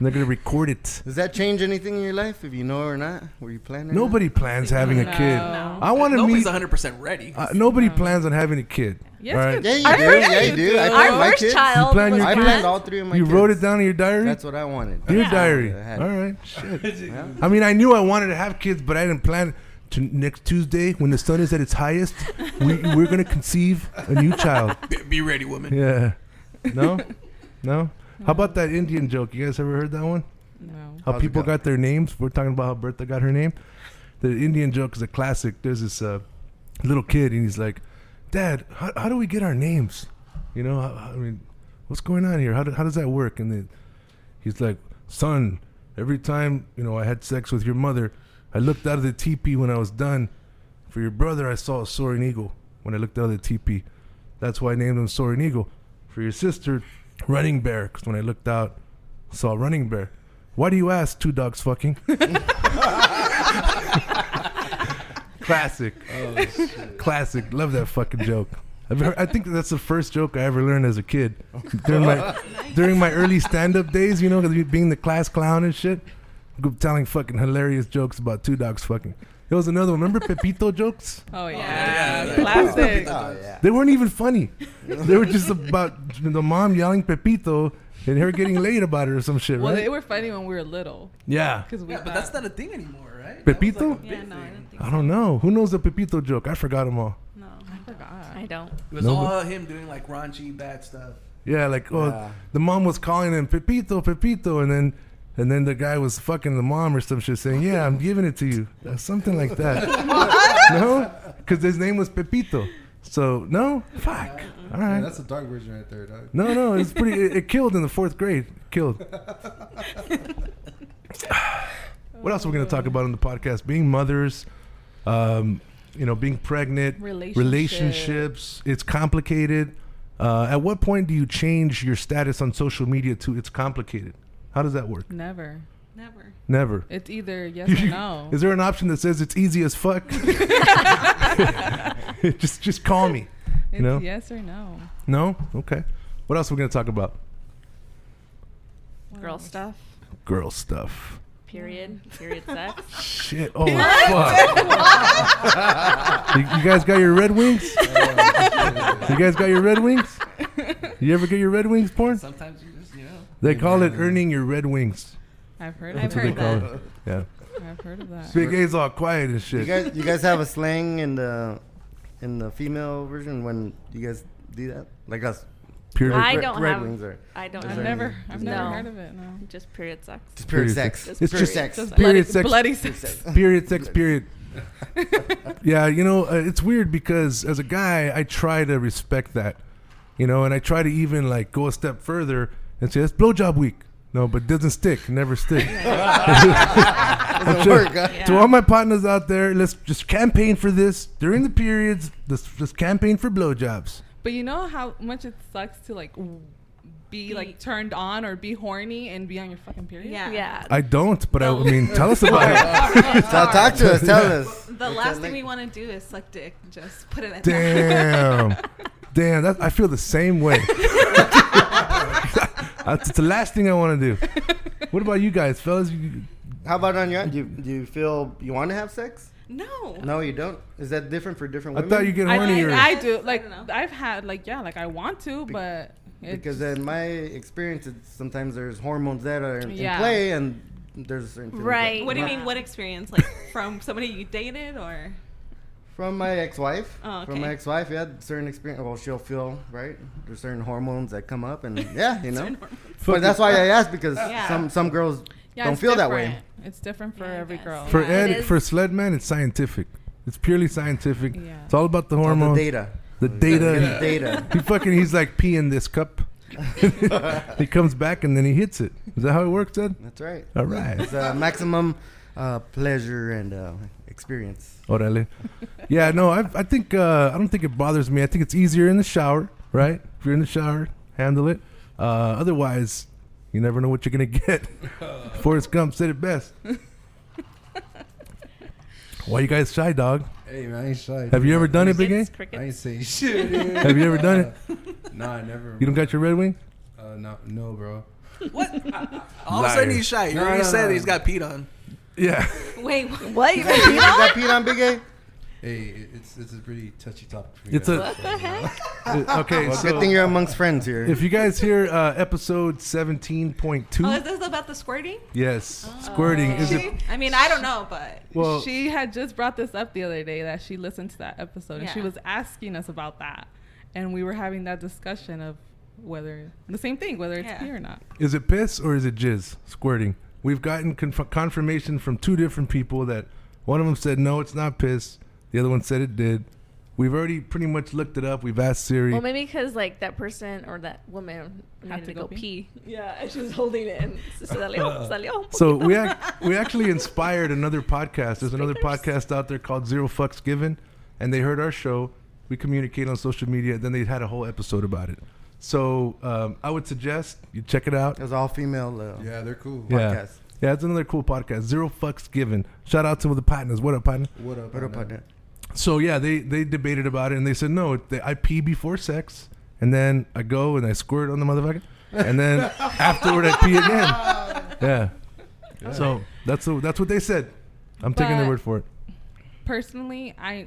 they're gonna record it. Does that change anything in your life if you know or not? Were you planning? Nobody plans having a kid. No. Oh, I want to Nobody's meet. 100 percent ready. Uh, nobody plans on having a kid. Yes, all right? you Yeah, you Our do. first- Yeah, you do. I Our planned my first kids. child. planned was your I kids? planned all three of my you kids. wrote it down in your diary. That's what I wanted. your diary. I had- All right. Shit. I mean, I knew I wanted to have kids, but I didn't plan. To next Tuesday, when the sun is at its highest, we, we're gonna conceive a new child. Be, be ready, woman. Yeah. No? no? How about that Indian joke? You guys ever heard that one? No. How How's it people go? got their names. We're talking about how Bertha got her name. The Indian joke is a classic. There's this uh, little kid, and he's like, Dad, how, how do we get our names? You know, how, how- I mean, what's going on here? How, do, how does that work? And then he's like, Son, every time, you know, I had sex with your mother, I looked out of the teepee when I was done. For your brother, I saw a soaring eagle when I looked out of the teepee. That's why I named him Soaring Eagle. For your sister, Running Bear, because when I looked out, I saw Running Bear. Why do you ask two dogs fucking? Classic. Oh, Classic. Love that fucking joke. I've heard, I think that's the first joke I ever learned as a kid. During my during my early stand up days, you know, 'cause being the class clown and shit, go- telling fucking hilarious jokes about two dogs fucking. There was another one. Remember Pepito jokes? Oh yeah. yeah. Classic. Oh yeah. They weren't even funny. They were just about the mom yelling Pepito and her getting laid about it or some shit, Well, right? they were funny when we were little yeah. because we. Yeah, but that's not a thing anymore, right? Pepito? yeah, no, I don't think I don't know. Who knows the Pepito joke? I forgot them all. no. I don't. It was No, all him doing like raunchy bad stuff. Yeah, like oh, Yeah. the mom was calling him Pepito, Pepito, and then and then the guy was fucking the mom or some shit, saying, "Yeah, I'm giving it to you," Uh, something like that. no, because his name was Pepito. So no, fuck. All Yeah, right. that's a dark version right there, dog. No, no, it's pretty. It, it killed in the fourth grade. Killed. what else are we gonna talk about on the podcast? Being mothers, um, you know, being pregnant, Relationships. relationships. It's complicated. Uh, at what point do you change your status on social media to it's complicated? How does that work? Never. Never. Never. It's either yes or no. Is there an option that says it's easy as fuck? just just call me. It's no? yes or no. No? Okay. What else are we gonna talk about? Girl stuff. Girl stuff. Period. Period sex. Shit. Oh fuck. you, you guys got your red wings? you guys got your red wings? You ever get your red wings porn? Sometimes you just, you know. They call it earning your red wings. I've heard of That's I've what that. they heard call that. it. Yeah. I've heard of that. Big A's all quiet and shit. You guys, you guys have a slang in the in the female version when you guys do that, like us. Period. I Red- don't Red have- wings are I don't Is I've there know. never, any- I've never No. heard of it. No. Just period sex. just pure Period sex. sex. Just It's pure just- sex. just Period Bloody- sex. Bloody sex. period sex period yeah you know uh, it's weird because as a guy i try to respect that you know and i try to even like go a step further and say that's blowjob week no but it doesn't stick it never stick Doesn't work, huh? to all my partners out there let's just campaign for this during the periods let's just campaign for blowjobs But you know how much it sucks to like w- be, like turned on or be horny and be on your fucking period. Yeah. Yeah. i don't but i, I mean tell us about it So talk to us. Tell us. The last link? thing we want to do is suck dick. Just put it at that. damn damn that, i feel the same way that's the last thing i want to do what about you guys fellas You- How about on your? Do you, do you feel you want to have sex? No. No, you don't. Is that different for different I women? thought you get I, hornier. I do. Like don't know. I've had like yeah, like I want to, but it, because in my experience, it's, sometimes there's hormones that are in, in Yeah. play, and there's certain things that- Right. What do you mean? What experience? Like from somebody you dated or? From my ex-wife. Oh, From my okay. ex-wife, yeah, certain experience. Well, she'll feel right. There's certain hormones that come up, and yeah, you know. but that's why I asked because Yeah. some some girls yeah, don't it's feel that way. different. It's different for Yeah, I every guess. girl. For Yeah, Ed, it is. for Sledman, it's scientific. It's purely scientific. Yeah. It's all about the All hormones, The data. The data. The data. He fucking he's like peeing this cup. he comes back and then he hits it. Is that how it works, Ed? That's right. All right. It's uh, maximum uh, pleasure and uh, experience. Orale. Yeah, no, I, I think uh, I don't think it bothers me. I think it's easier in the shower, right? If you're in the shower, handle it. Uh, otherwise, you never know what you're gonna get. Forrest Gump said it best. Why you guys shy, dog? Hey man, I ain't shy. Have you ever done it, Big A? Crickets, I ain't crickets. saying shit. dude. Have you ever done it? nah, I never. You don't got your red wing? Uh, no, no, bro. All of a sudden Liar. he's shy. You No, already no, said no. he's got peed on. Yeah. Wait. What? What? You Is that Pete on Big A? Hey, it- it's it's a pretty touchy topic. For me, It's a okay. Good So thing you're amongst friends here. if you guys hear uh, episode seventeen point two, Oh, is this about the squirting? yes, squirting is it? I mean, I don't know, but Well, she had just brought this up the other day that she listened to that episode and she Yeah. was asking us about that, and we were having that discussion of whether the same thing, whether it's Yeah. pee or not. is it piss or is it jizz? Squirting. We've gotten conf- confirmation from two different people that one of them said no, it's not piss. The other one said it did. We've already pretty much looked it up. We've asked Siri. Well, maybe because like that person or that woman had to go, pee. Yeah, and she was holding it. And se salió, salió. un So poquito. we act, we actually inspired another podcast. There's another podcast out there called Zero Fucks Given, and they heard our show. We communicate on social media. Then they had a whole episode about it. So um, I would suggest you check it out. it was all female. Uh, yeah, they're cool. Yeah, podcast. yeah, it's another cool podcast. Zero Fucks Given. Shout out to the partners. What up, partner? What up? What up, partner? partner? So yeah, they they debated about it and they said no, it- they, I pee before sex and then I go and I squirt on the motherfucker and then afterward I pee again. Yeah. So that's the, that's what they said. I'm taking their But- word for it. personally, I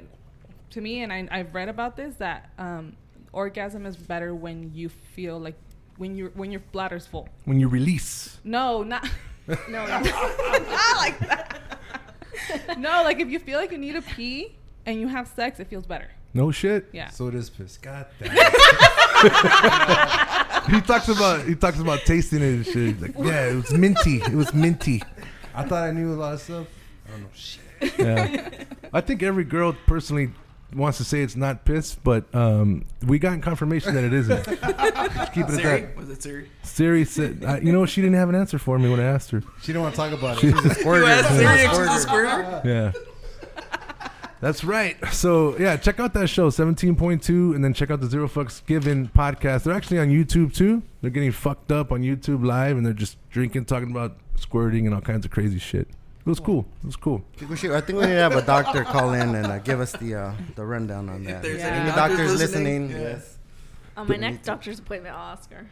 to me, and I, I've read about this that um, orgasm is better when you feel like when you when your bladder's full. When you release, No, not no, no. no. Like if you feel like you need to pee and you have sex, it feels better. no shit. Yeah. So it is piss. God damn. He talks about he talks about tasting it and shit. He's Like yeah, it was minty. It was minty. I thought I knew a lot of stuff. I don't know shit. Yeah. I think every girl personally wants to say it's not piss, but um, we got confirmation that it isn't. Just keep it at that. Siri? Was it Siri? Siri said, I, "You know, she didn't have an answer for me when I asked her." She didn't want to talk about it. She's a You squirter. Oh, asked Siri if she's a squirter? Yeah. That's right. So yeah, check out that show, seventeen point two, and then check out the Zero Fucks Given podcast. They're actually on YouTube too. They're getting fucked up on YouTube live, and they're just drinking, talking about squirting and all kinds of crazy shit. It was cool. It was cool. I think we should. I think we need to have a doctor call in and uh, give us the uh, the rundown on that. there's If any any doctors doctors listening, listening, yeah. yes. On my next doctor's appointment, I'll ask her.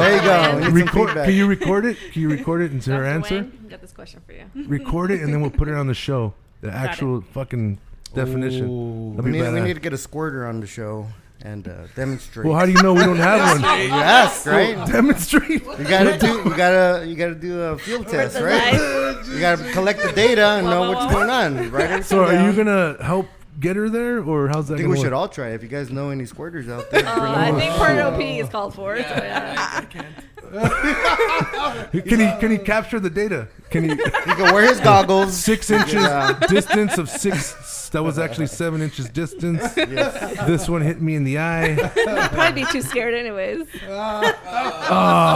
There you go. We need some Record. feedback. Can you record it? Can you record it into her Dr. answer? Wayne, got this question for you. Record it, and then we'll put it on the show. The actual fucking definition. Ooh. That'd we, be need, we badass. need to get a squirter on the show and uh, demonstrate. well, how do you know we don't have one? yes, right. Demonstrate. You gotta do. You gotta. You gotta do a field test, the right? You gotta collect the data and know whoa, what's whoa. going on. Right. So, are you gonna help get her there, or how's that gonna I think we work? should all try. it. If you guys know any squirters out there, Uh, I think porno P is called for. so yeah. Can he can he capture the data? Can he you can wear his goggles. six inches Yeah. distance of six? That was actually seven inches distance. Yes. This one hit me in the eye. I'd probably be too scared, anyways.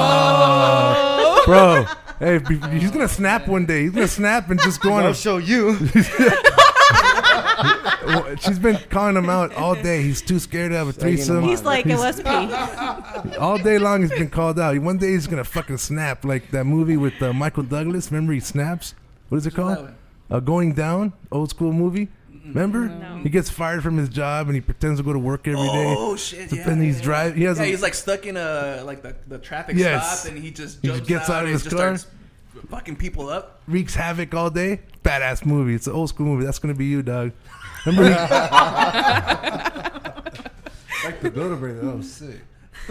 Oh, bro. Hey, be- he's gonna snap one day. He's gonna snap and just go on. I'll A, show you. she's been calling him out all day. He's too scared to have a Egging him threesome. on. He's like, it was pee. All day long, he's been called out. One day, he's gonna fucking snap like that movie with uh, Michael Douglas. Remember, he snaps. What is it called? Uh, Going Down, old school movie. Remember, he gets fired from his job and he pretends to go to work every day. Oh shit! Yeah. And he's driving. He has. yeah, a- he's like stuck in a like the, the traffic Yes. stop, and he just He just jumps gets out of and his just car. starts fucking people up. wreaks havoc all day. Badass movie. It's an old school movie. That's gonna be you, dog. Remember, Like the builder bear, that was sick.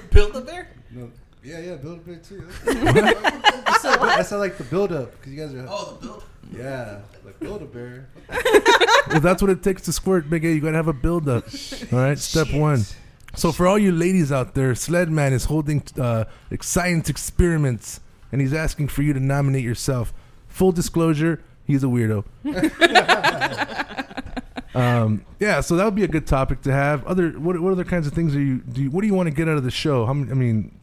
Build up there. No, yeah, yeah, builder bear too. That's not like the build up because you guys are. Oh, the build. Yeah, like build a bear. if that's what it takes to squirt, Big A, you gotta have a build up. All right, step one. So for all you ladies out there, Sledman is holding uh, science experiments, and he's asking for you to nominate yourself. Full disclosure, he's a weirdo. um, yeah, so that would be a good topic to have. Other what, what other kinds of things are you do? You, what do you want to get out of the show? How many, I mean,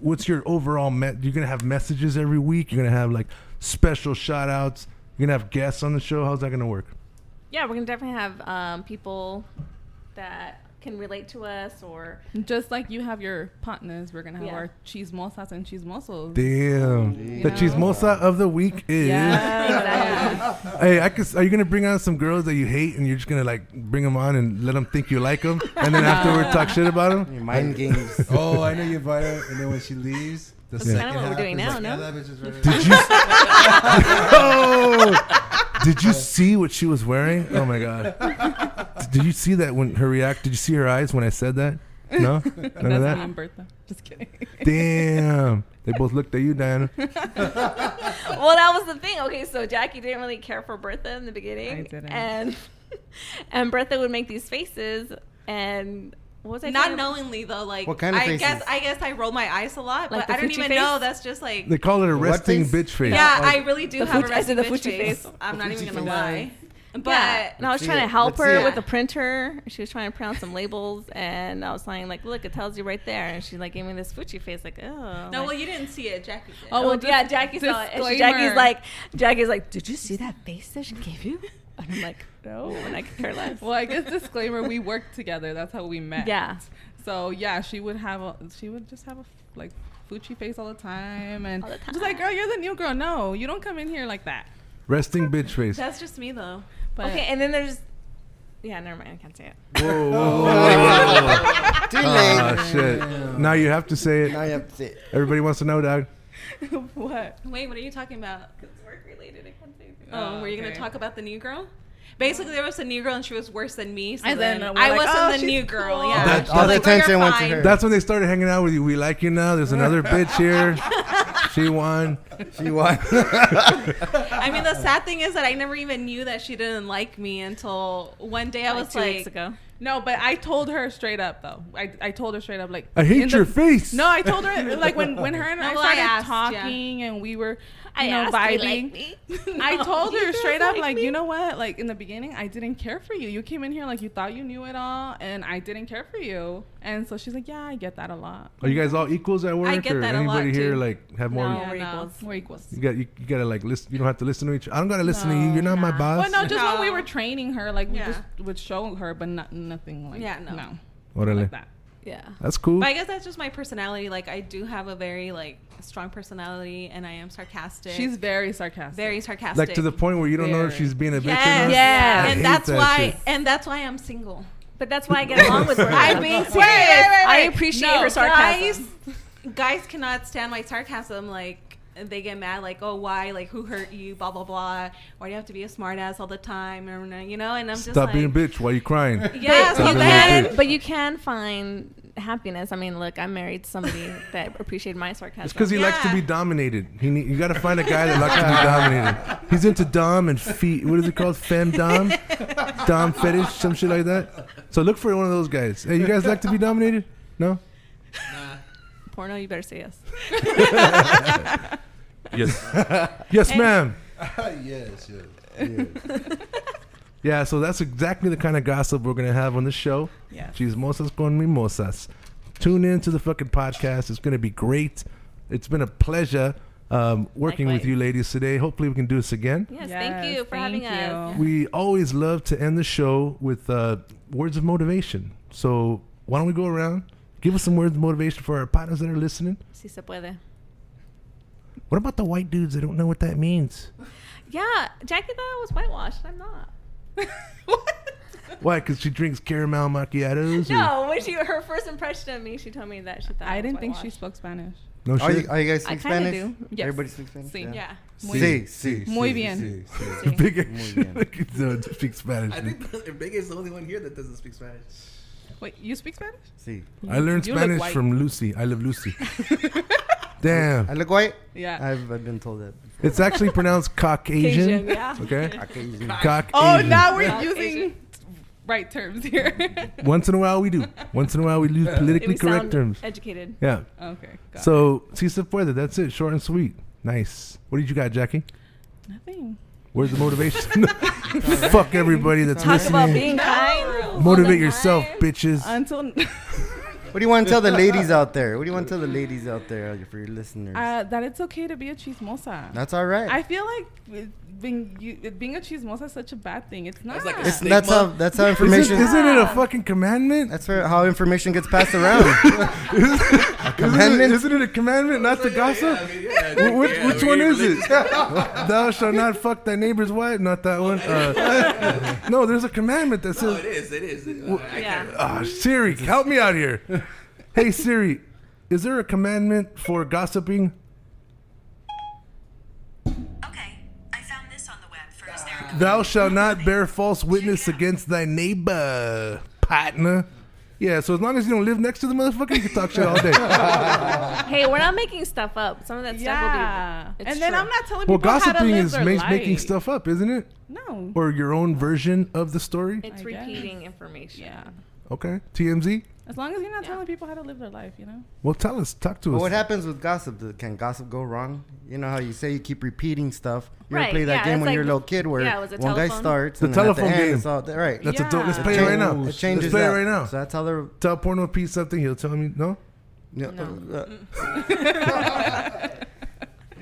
what's your overall? Me- you're gonna have messages every week. You're gonna have like special shout outs. You're gonna have guests on the show. How's that gonna work? Yeah, we're gonna definitely have um, people that can relate to us, or Just like you have your partners, we're gonna have Yeah. our chismosas and chismosos. Damn. The Yeah. chismosa of the week is. yeah, Hey, I could, are you gonna bring on some girls that you hate and you're just gonna like bring them on and let them think you like them, and then afterward talk shit about them? Mind games. Oh, I know you invite her, and then when she leaves, the That's second kinda what we're half doing is now, like, no? yeah, that bitch is right there. Did you? oh, did you see what she was wearing? Oh my god! Did you see that when her react? Did you see her eyes when I said that? No, none That's of me that. and Bertha. Just kidding. Damn. They both looked at you, Diana. well, that was the thing. Okay, so Jackie didn't really care for Bertha in the beginning, I didn't. and and Bertha would make these faces, and what was I Not talking- knowingly though, like What kind of I faces? guess I guess I roll my eyes a lot, Like but the I don't Fuji even face? know. That's just like They call it a What resting face? bitch face. yeah, I really do The have Fuji- a I said resting the bitch Fuji face. face. I'm not even gonna face. lie, but Yeah. And I was Let's trying see to it. help Let's her see it. with a printer. She was trying to print out some labels, and I was saying like, "Look, it tells you right there." And she like gave me this Fuji face, like, "Oh." no, like, well you didn't see it, Jackie. Did. Oh, Oh, well, well, yeah, dis- Jackie saw it. And she- disclaimer. Jackie's like, Jackie's like, did you see that face that she gave you? And I'm like, no, and I could care less. Well, I guess disclaimer: we worked together. That's how we met. Yeah. So yeah, she would have a she would just have a like Fuchi face all the time, and All the just like, girl, you're the new girl. No, you don't come in here like that. Resting bitch face. That's just me though. But Okay, and then there's, yeah, never mind, I can't say it. Whoa, whoa, whoa. Too late. oh, shit. Now you have to say now it. you have to sit. Everybody wants to know, dog. what? Wait, what are you talking about? It's work related. I can't say Oh, Oh, were you okay. gonna talk about the new girl? Basically, there was a new girl and she was worse than me. So And then, then we're I like, wasn't "Oh, the she's new girl. cool." Yeah, That- She's all the like, "Well, you're attention went to fine." her. That's when they started hanging out with you. We like you now. There's another bitch here. She won. She won. I mean, Uh, the sad thing is that I never even knew that she didn't like me until one day I Like was two like, weeks ago. No, but I told her straight up though. I, I told her straight up like I in hate the- your face. No, I told her like when when her and I well, I started asked, yeah. talking and we were I you know, asked you like vibing. me. I told you her guys straight up, like like, me? you know what? Like in the beginning, I didn't care for you. You came in here like you thought you knew it all, and I didn't care for you. And so she's like, yeah, I get that a lot. Are you guys all equals at work? get or that a anybody lot, here too. like have more? Yeah, we're no, Um, equals. We're equals. You got you, you gotta like listen. You don't have to listen to each. I don't gotta listen to you. You're not my boss. Well, no, just when we No. were training her, like we Yeah. just would show her, but not nothing like Yeah, no. Órale. like that. Yeah. That's cool. But I guess that's just my personality. Like I do have a very like strong personality, and I am sarcastic. She's very sarcastic. very sarcastic. Like to the point where you don't know if Very. she's being a bitch or yes, not. Yeah. I hate and that's that why, shit. and that's why I'm single. But that's why I get along with her. I'm being serious. I appreciate her sarcasm. Guys, guys cannot stand my sarcasm. Like they get mad. Like oh why? Like who hurt you? Blah blah blah. Why do you have to be a smartass all the time? And, You know. And I'm just Stop like, being a bitch. Why you crying? Yeah. Stop So being a then. bitch. But you can find happiness. I mean, look, I'm married to somebody that appreciated my sarcasm. It's because he likes to Yeah. be dominated. He need, you got to find a guy that likes to be dominated. He's into dom and feet. What is it called? Femdom, dom fetish, some shit like that. So look for one of those guys. Hey, you guys like to be dominated? No. porno, you better say yes. Yes. Yes, ma'am. yes, yes, yes. Yeah. So that's exactly the kind of gossip we're gonna have on the show. Yeah. Chismosas con mimosas. Tune in to the fucking podcast. It's gonna be great. It's been a pleasure um, working with Likewise. you ladies today. Hopefully, we can do this again. Yes, Yes, thank you for having thank us. you. We always love to end the show with uh, words of motivation. So why don't we go around? Give us some words of motivation for our partners that are listening. Si se puede. What about the white dudes that don't know what that means? Yeah, Jackie thought I was whitewashed. I'm not. Why? Because she drinks caramel macchiatos? or- No, when she her first impression of me, she told me that she thought I didn't was think she whitewashed. spoke Spanish. no Are shit. you, are you guys I speak kinda Spanish? do. Yes. Everybody speaks Spanish. Sí. Yeah. Sí, sí. Muy sí, bien. sí, sí. Big A- Muy bien. Look at that, speak Spanish. I I, think Big is the only one here that doesn't speak Spanish. Wait, you speak Spanish? sí. learned You look Spanish white. from Lucy. I love Lucy. Damn. I look white. Yeah. I've, I've been told that. It's actually pronounced Caucasian. Asian, yeah. Okay? Caucasian. Caucasian. oh, now we're Not using Asian. right terms here. Once in a while we do. Once in a while we use Did we politically correct sound terms. educated? Yeah. okay. Got it. So, si se puede. That's it. Short and sweet. Nice. What did you got, Jackie? nothing. Where's the motivation? Fuck everybody that's Talk about listening. being kind. Motivate yourself, bitches. Until What do you want to tell the ladies out there? What do you want to tell the ladies out there for your listeners? uh, that it's okay to be a chismosa. That's all right. I feel like it- being you, it- being a chismosa is such a bad thing. It's not. It's like a It's- snake that's how mom. that's how Is information. it, isn't it a fucking commandment? that's where, how information gets passed around. a Isn't it, commandment. isn't it a commandment not to gossip? I mean, yeah, Wh- Which, yeah, which we one is really- it? Thou shalt not fuck thy neighbor's wife. Not that one. Uh, no, there's a commandment that No, says oh, it is. It is. It- I can't Yeah. remember. Ah, Siri, help me out here. Hey, Siri, is there a commandment for gossiping? Okay, I found this on the web for hysterical. Thou shalt not bear false witness against thy neighbor, partner. Yeah, so as long as you don't live next to the motherfucker, you can talk shit all day. Hey, we're not making stuff up. Some of that yeah. stuff will be. And then I'm not telling well, people how to gossiping live is their ma- making life. stuff up, isn't it? No. Or your own version of the story? It's I repeating information. yeah. Okay. TMZ? As long as you're not Yeah. telling people how to live their life, you know. Well, tell us. Talk to But us. what happens with gossip? Can gossip go wrong? You know how you say you keep repeating stuff. You Right, ever play that yeah, game it's when you're a like- little kid where yeah, it was a one guy telephone. starts The and then at telephone end game. it's all there. right. That's Yeah. a dope. Let's It play it right change- now. It Let's play changes it that. right now. So that's how they're. Tell Porno Pete something. He'll tell me no. No. uh, uh,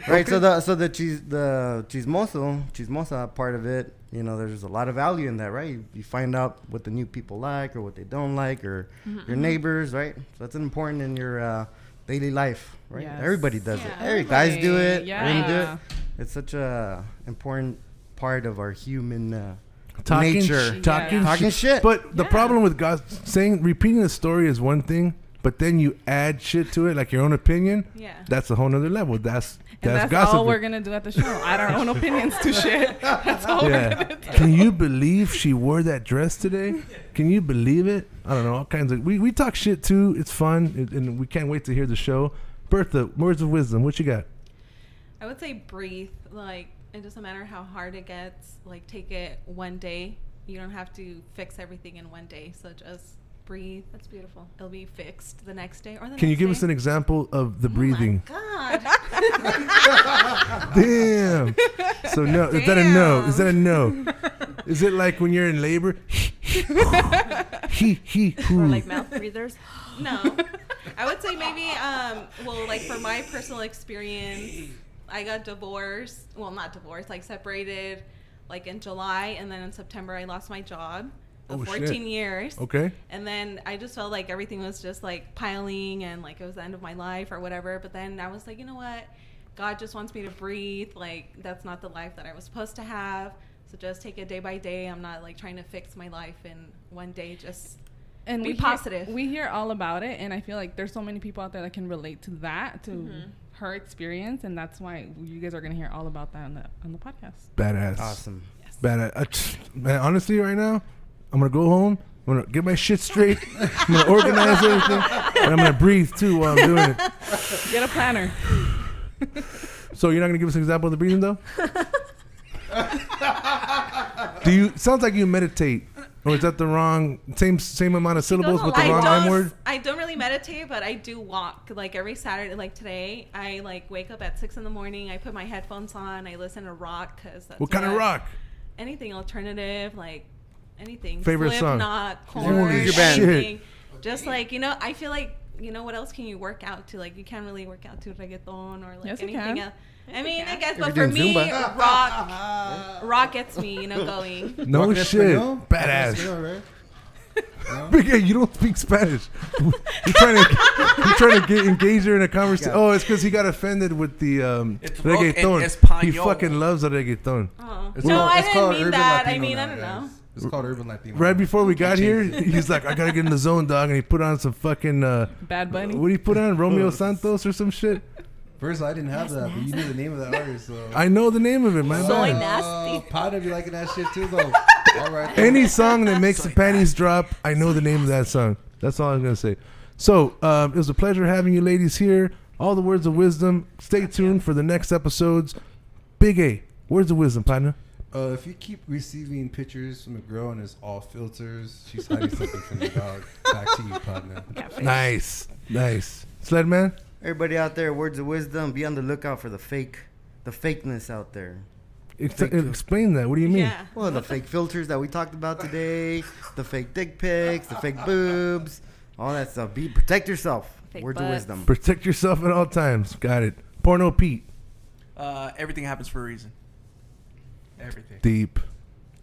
right. So the so the cheese the chismoso chismosa part of it, you know, there's a lot of value in that, right? You, you find out what the new people like or what they don't like or your neighbors, right? So that's important in your uh, daily life, right? Yes. Everybody does it. Yeah. Every guys do it. Everybody, Women do yeah. it. It's such a important part of our human uh, Talking nature. sh- talking, Yeah. Talking sh- shit. But the Yeah. problem with God saying repeating the story is one thing, but then you add shit to it, like your own opinion. Yeah. That's a whole nother level. That's And that's, that's, gossip. all we're gonna do at the show. Add our own opinions to shit. That's all we're yeah. gonna do. Can you believe she wore that dress today? Can you believe it? I don't know. All kinds of we, we talk shit too. It's fun, and- and we can't wait to hear the show. Bertha, words of wisdom. What you got? I would say breathe. Like it doesn't matter how hard it gets. Like take it one day. You don't have to fix everything in one day. So just breathe. That's beautiful. It'll be fixed the next day or the next Oh Can you give us an example of the breathing? God. Damn. So no, is that a no? Is that a no? Is it like when you're in labor? he he or who. like mouth breathers. No. I would say maybe, um, well, like for my personal experience, I got divorced. Well, not divorced, like separated like in July. And then in September, I lost my job of Oh, shit. 14 years. okay. And then I just felt like everything was just like piling and like it was the end of my life or whatever. But then I was like, you know what? God just wants me to breathe. Like, that's not the life that I was supposed to have. So just take it day by day. I'm not like trying to fix my life in one day. Just and Be we hear- positive. we hear all about it, and I feel like there's so many people out there that can relate to that, to Mm-hmm. her experience, and that's why you guys are gonna hear all about that on the on the podcast. Badass. Awesome. Badass. I t- man, honestly, right now, I'm gonna go home. I'm gonna get my shit straight. I'm gonna organize everything, and I'm gonna breathe too while I'm doing it. Get a planner. So you're not gonna give us an example of the breathing though? Do you? Sounds like you meditate, or is that the wrong same same amount of syllables with the I wrong don't, M word? I don't really meditate, but I do walk. Like every Saturday, like today, I like wake up at six in the morning. I put my headphones on. I listen to rock because What kind of rock? Anything alternative, like anything. Favorite song? Slipknot, Holy Korn, shit. anything. Just like you know, I feel like you know what else can you work out to? Like you can't really work out to reggaeton or like Yes, you anything can. else. I mean, I guess, If but you're for me, doing Zumba. rock, rock gets me, you know, going. No Fucking shit. Uh-huh. Espanol? Fucking Badass. Espanol, right? Big A, you don't speak Spanish. You're trying to you're trying to get, engage her in a conversation. Oh, it's because he got offended with the um, It's rock and reggaeton. He español. fucking loves the reggaeton. Oh. It's No, called- I it's didn't called mean urban that. I Latino mean, I now, don't guys. know. It's called urban Latino. Right before we got here, Changed he's like, "I gotta get in the zone, dog," and he put on some fucking uh, Bad Bunny. What do you put on? Romeo Santos or some shit? First, I didn't have that, but you knew the name of that artist. So. I know the name of it. My Soy bad. nasty. Powder be liking that shit too, though. All right. any song that makes the panties drop, I know the name of that song. That's all I'm gonna say. So um, it was a pleasure having you ladies here. All the words of wisdom. Stay tuned for the next episodes. Big A, words of wisdom, partner. Uh, if you keep receiving pictures from a girl and it's all filters, she's hiding something from the dog. Back to you, partner. Nice, nice. Sled man, Everybody out there, words of wisdom. Be on the lookout for the fake, the fakeness out there. ex- Thank you. explain that. What do you mean? Yeah. Well, the fake filters that we talked about today, the fake dick pics, the fake boobs, all that stuff. Be protect yourself. Fake Words butts. of wisdom. Protect yourself at all times. Got it. Porno Pete, Uh, everything happens for a reason. Everything. deep.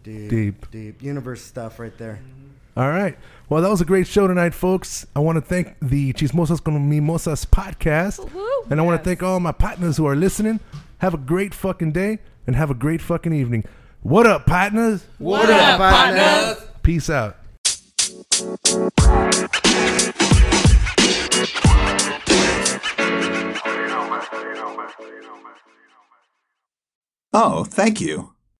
Deep, Deep. deep, universe stuff right there. All right. Well, that was a great show tonight, folks. I want to thank the Chismosas con Mimosas podcast. Woo. And I want to Yes. thank all my partners who are listening. Have a great fucking day and have a great fucking evening. What up, partners? What, up, partner? Peace out. Oh, thank you.